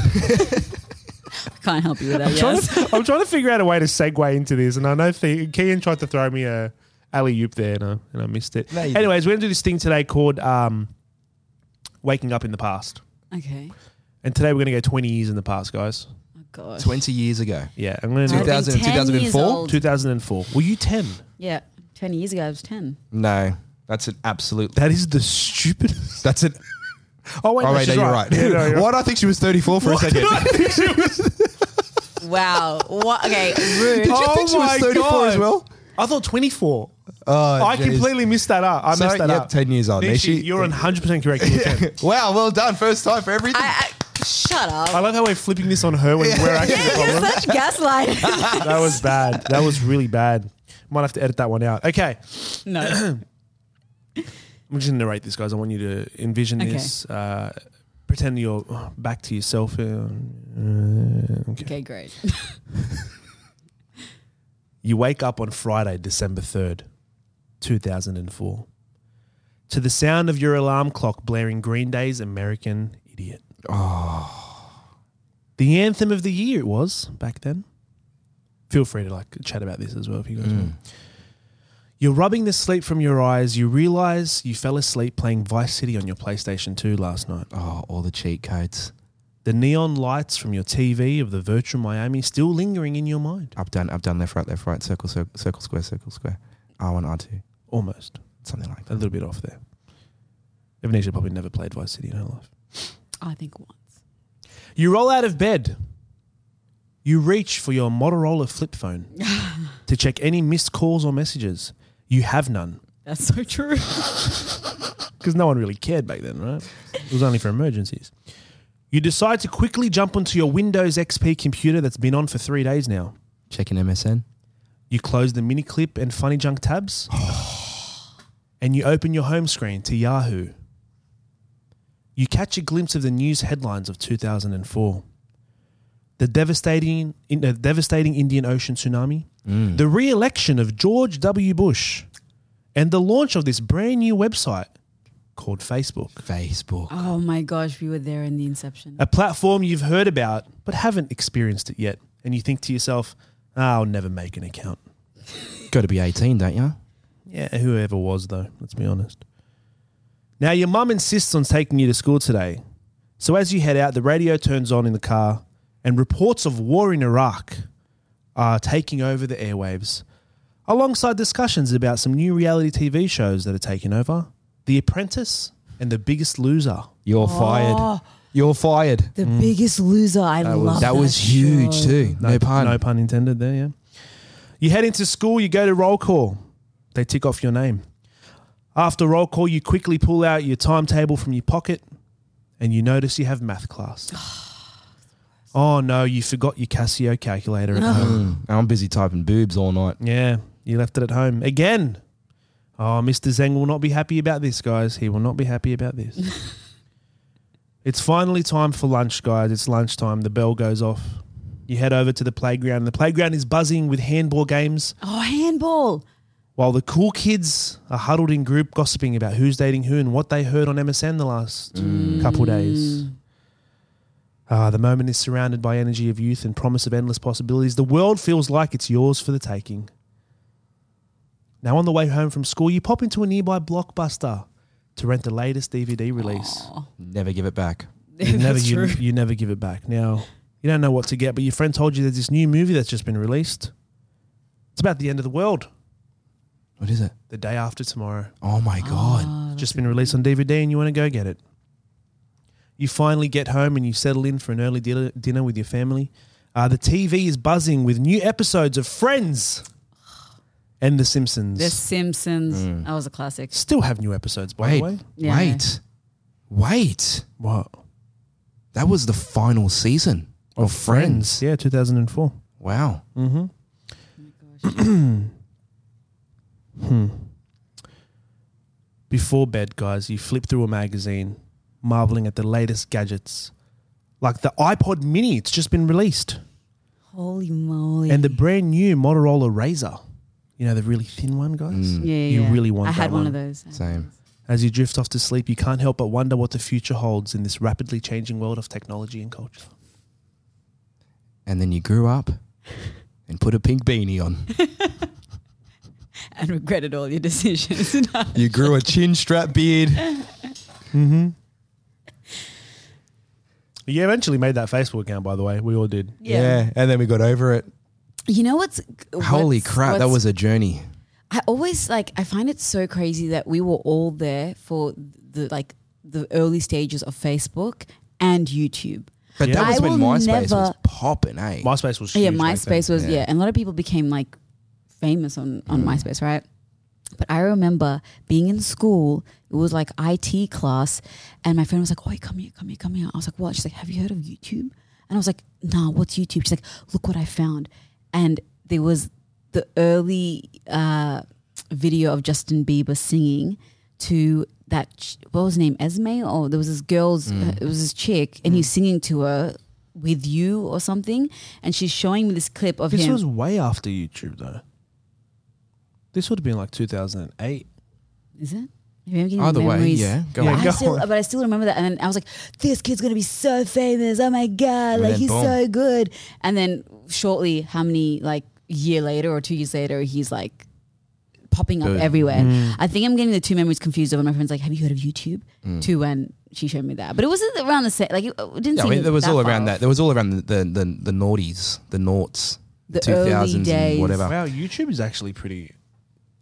Speaker 4: I can't help you with that.
Speaker 3: I'm, trying
Speaker 4: yes.
Speaker 3: to, I'm trying to figure out a way to segue into this, and I know Th- Kean tried to throw me a alley oop there, and I, and I missed it.
Speaker 2: No, you didn't.
Speaker 3: Anyways, we're gonna do this thing today called um, "Waking Up in the Past,"
Speaker 4: okay.
Speaker 3: and today we're gonna go 20 years in the past, guys.
Speaker 4: Oh gosh.
Speaker 2: 20 years ago.
Speaker 3: Yeah, I'm gonna
Speaker 4: I've
Speaker 3: do
Speaker 4: been
Speaker 2: 2000
Speaker 4: 10 years
Speaker 2: 2004?
Speaker 4: old.
Speaker 3: 2004. Were you 10?
Speaker 4: Yeah, twenty years ago I was ten.
Speaker 2: No, that's an absolute.
Speaker 3: That is the stupidest.
Speaker 2: That's an.
Speaker 3: Oh wait,
Speaker 2: All
Speaker 3: no,
Speaker 2: right,
Speaker 3: she's
Speaker 2: you're right.
Speaker 3: Yeah, no, you're
Speaker 2: Why do I think she was 34 for a second?
Speaker 4: Wow. what? Okay. Rude.
Speaker 2: Did you think she was
Speaker 3: my
Speaker 2: 34 as
Speaker 3: God.
Speaker 2: well?
Speaker 3: I thought 24.
Speaker 2: Oh,
Speaker 3: I
Speaker 2: jeez.
Speaker 3: completely missed that up. I
Speaker 2: So,
Speaker 3: messed that
Speaker 2: yep,
Speaker 3: up.
Speaker 2: 10 years old.
Speaker 3: Nishi,
Speaker 2: Nishi-
Speaker 3: you're 100 percent correct. You were 10.
Speaker 2: Wow, well done. First time for everything.
Speaker 4: I, I, shut up.
Speaker 3: I love how we're flipping this on her when we're actually the problem.
Speaker 4: You're such gaslight.
Speaker 3: That was bad. That was really bad. Might have to edit that one out. Okay.
Speaker 5: No.
Speaker 3: I'm just going to narrate this, guys. I want you to envision
Speaker 4: Okay.
Speaker 3: this. Uh, pretend you're uh, back to yourself. Uh, uh, okay.
Speaker 4: okay, great.
Speaker 3: You wake up on Friday, December 3rd, 2004, to the sound of your alarm clock blaring Green Day's American Idiot. Oh. The anthem of the year it was back then. Feel free to like chat about this as well if you guys want. You're rubbing the sleep from your eyes. You realize you fell asleep playing Vice City on your PlayStation 2 last night.
Speaker 2: oh, all the cheat codes.
Speaker 3: The neon lights from your TV of the virtual Miami still lingering in your mind.
Speaker 2: Up, down, up, down, left, right, left, right, circle, circle, circle square, circle, square. R1, R2.
Speaker 3: Almost.
Speaker 2: Something like
Speaker 3: a
Speaker 2: that.
Speaker 3: little bit off there. Evanesha probably never played Vice City in her life.
Speaker 4: I think once.
Speaker 3: You roll out of bed. You reach for your Motorola flip phone to check any missed calls or messages. You have none
Speaker 5: That's so true.
Speaker 3: because no one really cared back then, right? It was only for emergencies. You decide to quickly jump onto your Windows XP computer that's been on for three days now.
Speaker 2: Checking MSN.
Speaker 3: You close the mini clip and funny junk tabs. and you open your home screen to Yahoo. You catch a glimpse of the news headlines of 2004. The devastating, in, the devastating Indian Ocean tsunami, the re election of George W. Bush, and the launch of this brand new website called Facebook,
Speaker 2: Facebook.
Speaker 4: Oh my gosh, we were there in the inception.
Speaker 3: a platform you've heard about but haven't experienced it yet. And you think to yourself, "Ah, I'll never make an account.
Speaker 2: Got to be 18, don't you?
Speaker 3: Yeah, whoever was though, let's be honest. Now your mum insists on taking you to school today. So as you head out, the radio turns on in the car and reports of war in Iraq are taking over the airwaves. Alongside discussions about some new reality TV shows that are taking over, The Apprentice and The Biggest Loser.
Speaker 2: You're
Speaker 4: Oh.
Speaker 2: fired. You're fired.
Speaker 4: The
Speaker 3: Mm.
Speaker 4: biggest loser. I
Speaker 2: That
Speaker 4: love
Speaker 2: was, that was huge
Speaker 4: show.
Speaker 2: too. No, pun.
Speaker 3: No pun intended there, yeah. You head into school, you go to roll call. They tick off your name. After roll call, you quickly pull out your timetable from your pocket and you notice you have math class. oh no, you forgot your Casio calculator at home.
Speaker 2: Mm. I'm busy typing boobs all night.
Speaker 3: Yeah, you left it at home again. Oh, Mr. Zeng will not be happy about this, guys. He will not be happy about this. it's finally time for lunch, guys. It's lunchtime. The bell goes off. You head over to the playground. The playground is buzzing with handball games,
Speaker 4: Oh, handball.
Speaker 3: While the cool kids are huddled in group gossiping about who's dating who and what they heard on MSN the last
Speaker 5: Mm.
Speaker 3: couple days. Ah, the moment is surrounded by energy of youth and promise of endless possibilities. The world feels like it's yours for the taking. Now, on the way home from school, you pop into a nearby blockbuster to rent the latest DVD release.
Speaker 2: Never give it back.
Speaker 3: You never,
Speaker 5: That's
Speaker 3: you,
Speaker 5: true.
Speaker 3: you never give it back. Now, you don't know what to get, but your friend told you there's this new movie that's just been released. It's about the end of the world,
Speaker 2: What is it?
Speaker 3: the day after tomorrow.
Speaker 2: Oh my god.
Speaker 3: It's just been released on DVD and you want to go get it. You finally get home and you settle in for an early dinner, dinner with your family. Uh, the TV is buzzing with new episodes of Friends and The Simpsons.
Speaker 4: The Simpsons. That was a classic.
Speaker 3: Still have new episodes, by
Speaker 2: Wait.
Speaker 3: the way.
Speaker 4: Yeah.
Speaker 2: Wait. Wait.
Speaker 3: What?
Speaker 2: That was the final season of Friends.
Speaker 3: Yeah, 2004.
Speaker 2: Wow.
Speaker 3: Before bed, guys, you flip through a magazine, marveling at the latest gadgets. Like the iPod Mini, it's just been released.
Speaker 4: Holy moly.
Speaker 3: And the brand new Motorola Razor. You know, the really thin one, guys?
Speaker 4: yeah, yeah,
Speaker 3: you
Speaker 4: yeah.
Speaker 3: really want
Speaker 4: I
Speaker 3: that
Speaker 4: had one
Speaker 3: one.
Speaker 4: of those.
Speaker 2: Same.
Speaker 3: As you drift off to sleep, you can't help but wonder what the future holds in this rapidly changing world of technology and culture.
Speaker 2: And then you grew up and put a pink beanie on.
Speaker 5: and regretted all your decisions.
Speaker 2: you grew a chin strap beard.
Speaker 3: You eventually made that Facebook account, by the way. We all did.
Speaker 2: Yeah. And then we got over it.
Speaker 4: You know what's
Speaker 2: Holy
Speaker 4: what's-
Speaker 2: crap, that
Speaker 4: what's-
Speaker 2: was a journey.
Speaker 4: I always like I find it so crazy that we were all there for the like the early stages of Facebook and YouTube.
Speaker 2: But
Speaker 3: Yeah.
Speaker 2: that was
Speaker 4: I
Speaker 2: when
Speaker 4: will
Speaker 2: MySpace
Speaker 4: never-
Speaker 2: was popping, eh?
Speaker 3: MySpace was huge.
Speaker 4: yeah,
Speaker 3: back then.
Speaker 4: MySpace was
Speaker 2: Yeah.
Speaker 4: yeah. and a lot of people became like famous on on MySpace, right? But I remember being in school. It was like IT class, and my friend was like, "Oi, come here, come here, come here." I was like, "What?" She's like, "Have you heard of YouTube?" And I was like, "Nah, what's YouTube?" She's like, "Look what I found," and there was the early uh, video of Justin Bieber singing to that ch- what was her name Esme or there was this girl's
Speaker 2: Mm.
Speaker 4: uh, it was this chick and he's singing to her with you or something and she's showing me this clip of
Speaker 3: This
Speaker 4: him
Speaker 3: was way after YouTube, though. This would have been like 2008.
Speaker 4: is it Remember getting
Speaker 2: Either way,
Speaker 4: memories?
Speaker 2: yeah. Go
Speaker 3: Yeah,
Speaker 2: on.
Speaker 4: I
Speaker 3: go
Speaker 4: still,
Speaker 3: on.
Speaker 4: but I still remember that, and then I was like, "This kid's gonna be so famous! Oh my god!
Speaker 2: And
Speaker 4: Like
Speaker 2: then
Speaker 4: he's
Speaker 2: boom.
Speaker 4: so good!" And then shortly, how many like year later or two years later, he's like popping up
Speaker 2: Boom.
Speaker 4: everywhere.
Speaker 2: Mm.
Speaker 4: I think I'm getting the two memories confused. Of when my friend's like, "Have you heard of YouTube?" To when she showed me that, but it was around the same. Like it, it
Speaker 2: Mm.
Speaker 4: didn't.
Speaker 2: Yeah, I
Speaker 4: seem
Speaker 2: mean, there was
Speaker 4: that
Speaker 2: all
Speaker 4: far
Speaker 2: around
Speaker 4: off.
Speaker 2: that. There was all around the the, the, the noughties, the noughts, the
Speaker 4: The early
Speaker 2: 2000s and
Speaker 4: days.
Speaker 2: whatever.
Speaker 3: Wow, YouTube is actually pretty.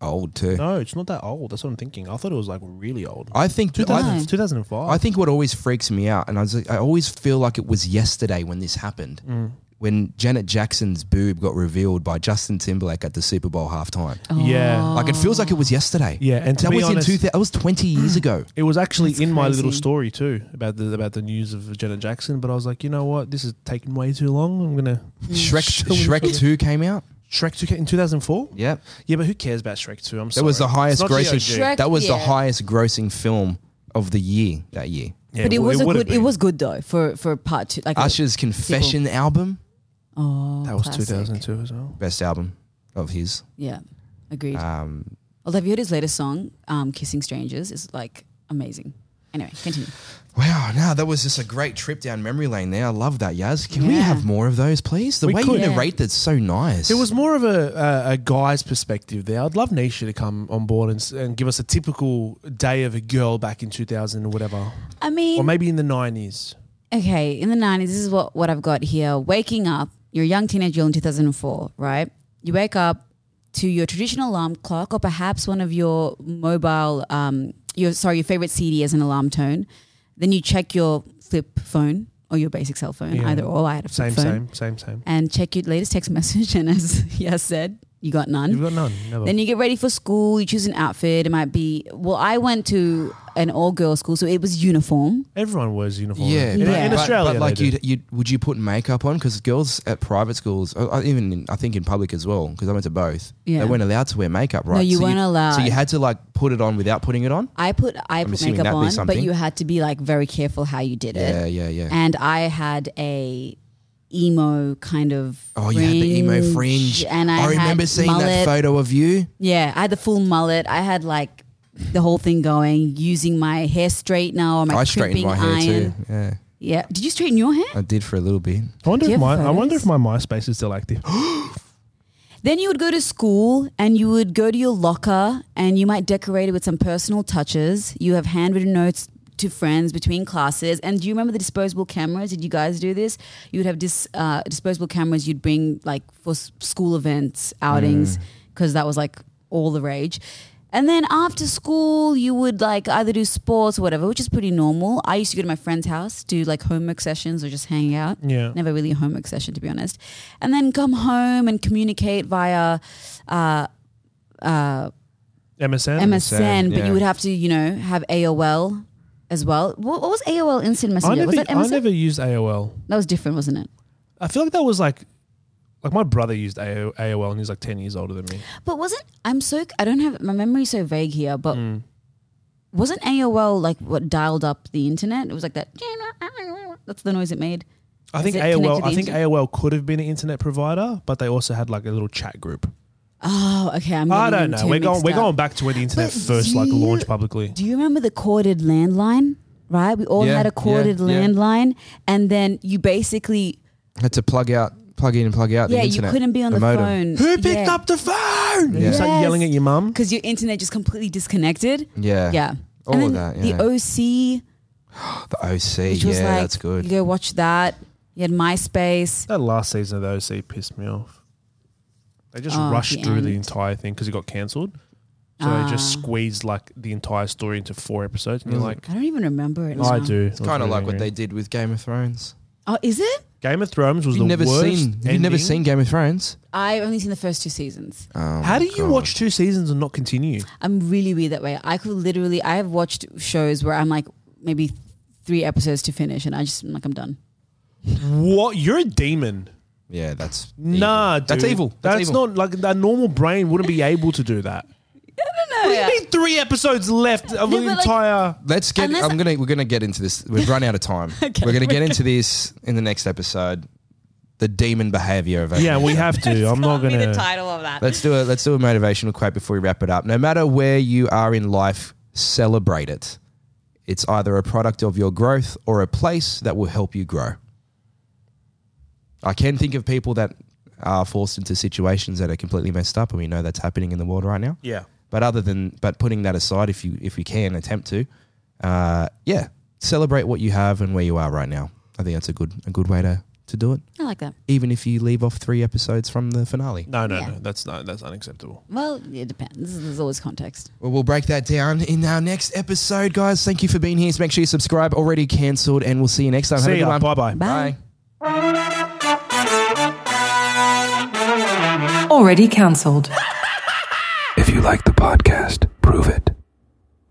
Speaker 2: Old too.
Speaker 3: No, it's not that old. That's what I'm thinking. I thought it was like really old.
Speaker 2: I think I,
Speaker 3: 2000,
Speaker 4: No.
Speaker 3: 2005.
Speaker 2: I think what always freaks me out, and I, was, like- I always feel like it was yesterday when this happened,
Speaker 3: Mm.
Speaker 2: when Janet Jackson's boob got revealed by Justin Timberlake at the Super Bowl halftime.
Speaker 4: Oh.
Speaker 3: yeah.
Speaker 2: Like it feels like it was yesterday.
Speaker 3: Yeah, and to
Speaker 2: that
Speaker 3: be
Speaker 2: was
Speaker 3: honest-
Speaker 2: in two thousand. That was twenty years ago.
Speaker 3: It was actually in
Speaker 4: That's
Speaker 3: my little
Speaker 4: crazy.
Speaker 3: story too about the about the news of Janet Jackson, but I was like, you know what, this is taking way too long. I'm gonna
Speaker 4: Mm.
Speaker 2: Shrek,
Speaker 3: Shall we-
Speaker 2: Shrek Two came out.
Speaker 3: Shrek two in 2004.
Speaker 2: Yep,
Speaker 3: Yeah, but who cares about Shrek two? I'm sorry,
Speaker 2: that was the
Speaker 3: It's
Speaker 2: highest
Speaker 3: not the
Speaker 2: grossing.
Speaker 3: OG.
Speaker 4: Shrek-
Speaker 2: that was the
Speaker 4: yeah.
Speaker 2: highest grossing film of the year that year.
Speaker 3: Yeah,
Speaker 4: but it
Speaker 3: well,
Speaker 4: was a
Speaker 3: would've
Speaker 4: good. It
Speaker 3: been.
Speaker 4: was good though for for part two. Like
Speaker 2: Usher's Confession album,
Speaker 4: oh,
Speaker 3: that was
Speaker 4: classic.
Speaker 3: 2002 as well.
Speaker 2: best album of his.
Speaker 4: Yeah, agreed.
Speaker 2: Um,
Speaker 4: Although have you heard his latest song, um, "Kissing Strangers," is like amazing. Anyway, continue.
Speaker 2: wow, now that was just a great trip down memory lane. There, I love that, Yaz. Can we
Speaker 4: Yeah.
Speaker 2: have more of those, please? The
Speaker 3: We
Speaker 2: way
Speaker 3: could.
Speaker 2: you
Speaker 4: Yeah.
Speaker 2: narrate that's so nice.
Speaker 3: It was more of a, a, a guy's perspective there. I'd love Nisha to come on board and, s- and give us a typical day of a girl back in 2000 or whatever,
Speaker 4: I mean,
Speaker 3: or maybe in the 90s.
Speaker 4: okay, in the 90s, this is what, what I've got here. Waking up, you're a young teenage girl in 2004, right? You wake up to your traditional alarm clock or perhaps one of your mobile, um, your sorry, your favorite CD as an alarm tone. Then you check your flip phone or your basic cell phone,
Speaker 3: Yeah.
Speaker 4: either or. I had a flip
Speaker 3: Same,
Speaker 4: phone.
Speaker 3: same, same, same.
Speaker 4: And check your latest text message. And as Yas said, you got none.
Speaker 3: You've got none. Never.
Speaker 4: Then you get ready for school. You choose an outfit. It might be well. I went to an all-girl school, so it was uniform.
Speaker 3: Everyone wears uniform.
Speaker 2: Yeah,
Speaker 3: in,
Speaker 4: but-
Speaker 3: in
Speaker 4: but-
Speaker 3: Australia,
Speaker 2: But
Speaker 3: like
Speaker 2: like,
Speaker 3: you,
Speaker 2: you you would you put makeup on? Because girls at private schools, uh, uh, even in, I think in public as well, because I went to both.
Speaker 4: Yeah.
Speaker 2: they weren't allowed to wear makeup, right?
Speaker 4: you weren't allowed.
Speaker 2: So you had to like put it on without putting it on.
Speaker 4: I put I put
Speaker 2: assuming
Speaker 4: makeup
Speaker 2: that means
Speaker 4: on, but
Speaker 2: something.
Speaker 4: you had to be like very careful how you did it.
Speaker 2: yeah, yeah.
Speaker 4: And I had a emo kind of.
Speaker 2: Oh, you had the emo fringe.
Speaker 4: and I,
Speaker 2: I, remember
Speaker 4: had
Speaker 2: seeing that
Speaker 4: mullet.
Speaker 2: photo of you.
Speaker 4: Yeah, I had the full mullet. I had like the whole thing going, using my hair straightener or my
Speaker 2: I straightened
Speaker 4: crimping
Speaker 2: my hair too.
Speaker 4: iron.
Speaker 2: Yeah,
Speaker 4: Yeah, did you straighten your hair?
Speaker 2: I did for a little bit.
Speaker 3: I wonder
Speaker 4: Do you
Speaker 3: if
Speaker 4: have
Speaker 3: my I wonder if
Speaker 4: photos?
Speaker 3: my MySpace is still active.
Speaker 4: Then you would go to school and you would go to your locker and you might decorate it with some personal touches. You have handwritten notes to friends between classes. And do you remember the disposable cameras? Did you guys do this? You would have dis, uh, disposable cameras you'd bring like for s- school events, outings, because that was like all the rage. And then after school, you would like either do sports or whatever, which is pretty normal. I used to go to my friend's house, do like homework sessions or just hang out
Speaker 3: Yeah.
Speaker 4: never really a homework session to be honest and then come home and communicate via uh, uh,
Speaker 3: MSN.
Speaker 4: msn but
Speaker 2: yeah.
Speaker 4: you would have to you know have aol as well what, what was aol instant
Speaker 3: I
Speaker 4: messenger was
Speaker 3: never
Speaker 4: that
Speaker 3: I
Speaker 4: msn
Speaker 3: never used AOL.
Speaker 4: that was different wasn't it
Speaker 3: I feel like that was like like my brother used AO AOL and he's like ten years older than me.
Speaker 4: but wasn't i'm so i don't have my memory's so vague here but
Speaker 3: Hmm.
Speaker 4: wasn't aol like what dialed up the internet it was like that that's the noise it made
Speaker 3: I
Speaker 4: Is
Speaker 3: think
Speaker 4: it connected
Speaker 3: AOL.
Speaker 4: to
Speaker 3: I
Speaker 4: the
Speaker 3: think
Speaker 4: internet?
Speaker 3: AOL could have been an internet provider, but they also had like a little chat group.
Speaker 4: oh okay i'm
Speaker 3: I don't
Speaker 4: getting them
Speaker 3: know.
Speaker 4: too
Speaker 3: We're going.
Speaker 4: mixed
Speaker 3: We're
Speaker 4: up.
Speaker 3: going back to when the internet
Speaker 4: But
Speaker 3: first like
Speaker 4: you-
Speaker 3: launched publicly.
Speaker 4: Do you remember the corded landline? Right? We all
Speaker 2: Yeah,
Speaker 4: had a
Speaker 2: yeah,
Speaker 4: corded
Speaker 2: yeah.
Speaker 4: landline. And then you basically,
Speaker 2: Had to plug out, plug in, and plug out
Speaker 4: yeah,
Speaker 2: the
Speaker 4: you
Speaker 2: internet.
Speaker 4: couldn't be on the,
Speaker 2: modem.
Speaker 4: phone.
Speaker 3: Who picked up the phone?
Speaker 2: Yeah.
Speaker 3: You start
Speaker 4: Yes.
Speaker 3: yelling at your mum.
Speaker 4: Because your internet just completely disconnected.
Speaker 2: Yeah,
Speaker 4: Yeah.
Speaker 2: all
Speaker 4: and
Speaker 2: of
Speaker 4: then
Speaker 2: that.
Speaker 4: The
Speaker 2: Yeah,
Speaker 4: OC,
Speaker 2: the OC.
Speaker 4: which
Speaker 2: Yeah,
Speaker 4: was like,
Speaker 2: that's good.
Speaker 4: you go watch that. You had MySpace.
Speaker 3: That last season of the OC pissed me off. They just
Speaker 4: Oh,
Speaker 3: rushed
Speaker 4: the
Speaker 3: through the
Speaker 4: end.
Speaker 3: entire thing because it got cancelled. So they
Speaker 4: Ah.
Speaker 3: just squeezed like the entire story into four episodes, and you're
Speaker 2: Mm.
Speaker 3: like,
Speaker 4: I don't even remember it.
Speaker 3: I
Speaker 4: now.
Speaker 3: do.
Speaker 2: It's kind of like what they did with Game of Thrones.
Speaker 4: Oh, is it?
Speaker 3: Game of Thrones was
Speaker 2: You've
Speaker 3: the
Speaker 2: never
Speaker 3: worst.
Speaker 2: seen. You've never
Speaker 3: ending.
Speaker 2: seen Game of Thrones.
Speaker 4: I've only seen the first two seasons.
Speaker 2: Oh
Speaker 3: How
Speaker 2: my
Speaker 3: do you
Speaker 2: God.
Speaker 3: watch two seasons and not continue?
Speaker 4: I'm really weird that way. I could literally, I have watched shows where I'm like maybe three episodes to finish and I just, I'm like, I'm done.
Speaker 3: What? You're a demon.
Speaker 2: Yeah, that's evil.
Speaker 3: Nah, dude.
Speaker 2: That's evil.
Speaker 3: That's,
Speaker 2: evil.
Speaker 3: not like a normal brain wouldn't be able to do that. What
Speaker 4: No,
Speaker 3: do you mean three episodes left of
Speaker 4: No,
Speaker 3: an
Speaker 4: but, like-
Speaker 3: entire?
Speaker 2: Let's get.
Speaker 4: Unless-
Speaker 2: I'm gonna. We're gonna get into this. We've run out of time.
Speaker 4: Okay.
Speaker 2: We're gonna get into this in the next episode. The demon behavior of
Speaker 3: yeah, we have to. I'm not
Speaker 4: Be the
Speaker 3: gonna.
Speaker 4: title of that.
Speaker 2: Let's do a let's do a motivational quote before we wrap it up. No matter where you are in life, celebrate it. It's either a product of your growth or a place that will help you grow. I can think of people that are forced into situations that are completely messed up, and we know that's happening in the world right now.
Speaker 3: Yeah,
Speaker 2: But other than but putting that aside, if you if you can attempt to, uh, yeah, celebrate what you have and where you are right now. I think that's a good a good way to to do it.
Speaker 4: I like that.
Speaker 2: Even if you leave off three episodes from the finale.
Speaker 3: no, no,
Speaker 4: Yeah.
Speaker 3: no. That's not. That's unacceptable.
Speaker 4: Well, it depends. There's always context.
Speaker 2: Well, we'll break that down in our next episode, guys. Thank you for being here. So make sure you subscribe. Already cancelled, and we'll see you next time. Have a
Speaker 3: See
Speaker 2: good
Speaker 3: ya.
Speaker 2: one.
Speaker 3: Bye bye.
Speaker 4: Bye.
Speaker 1: Already cancelled.
Speaker 6: If you like the podcast, prove it.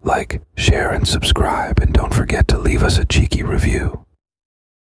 Speaker 6: Like, share, and subscribe, and don't forget to leave us a cheeky review.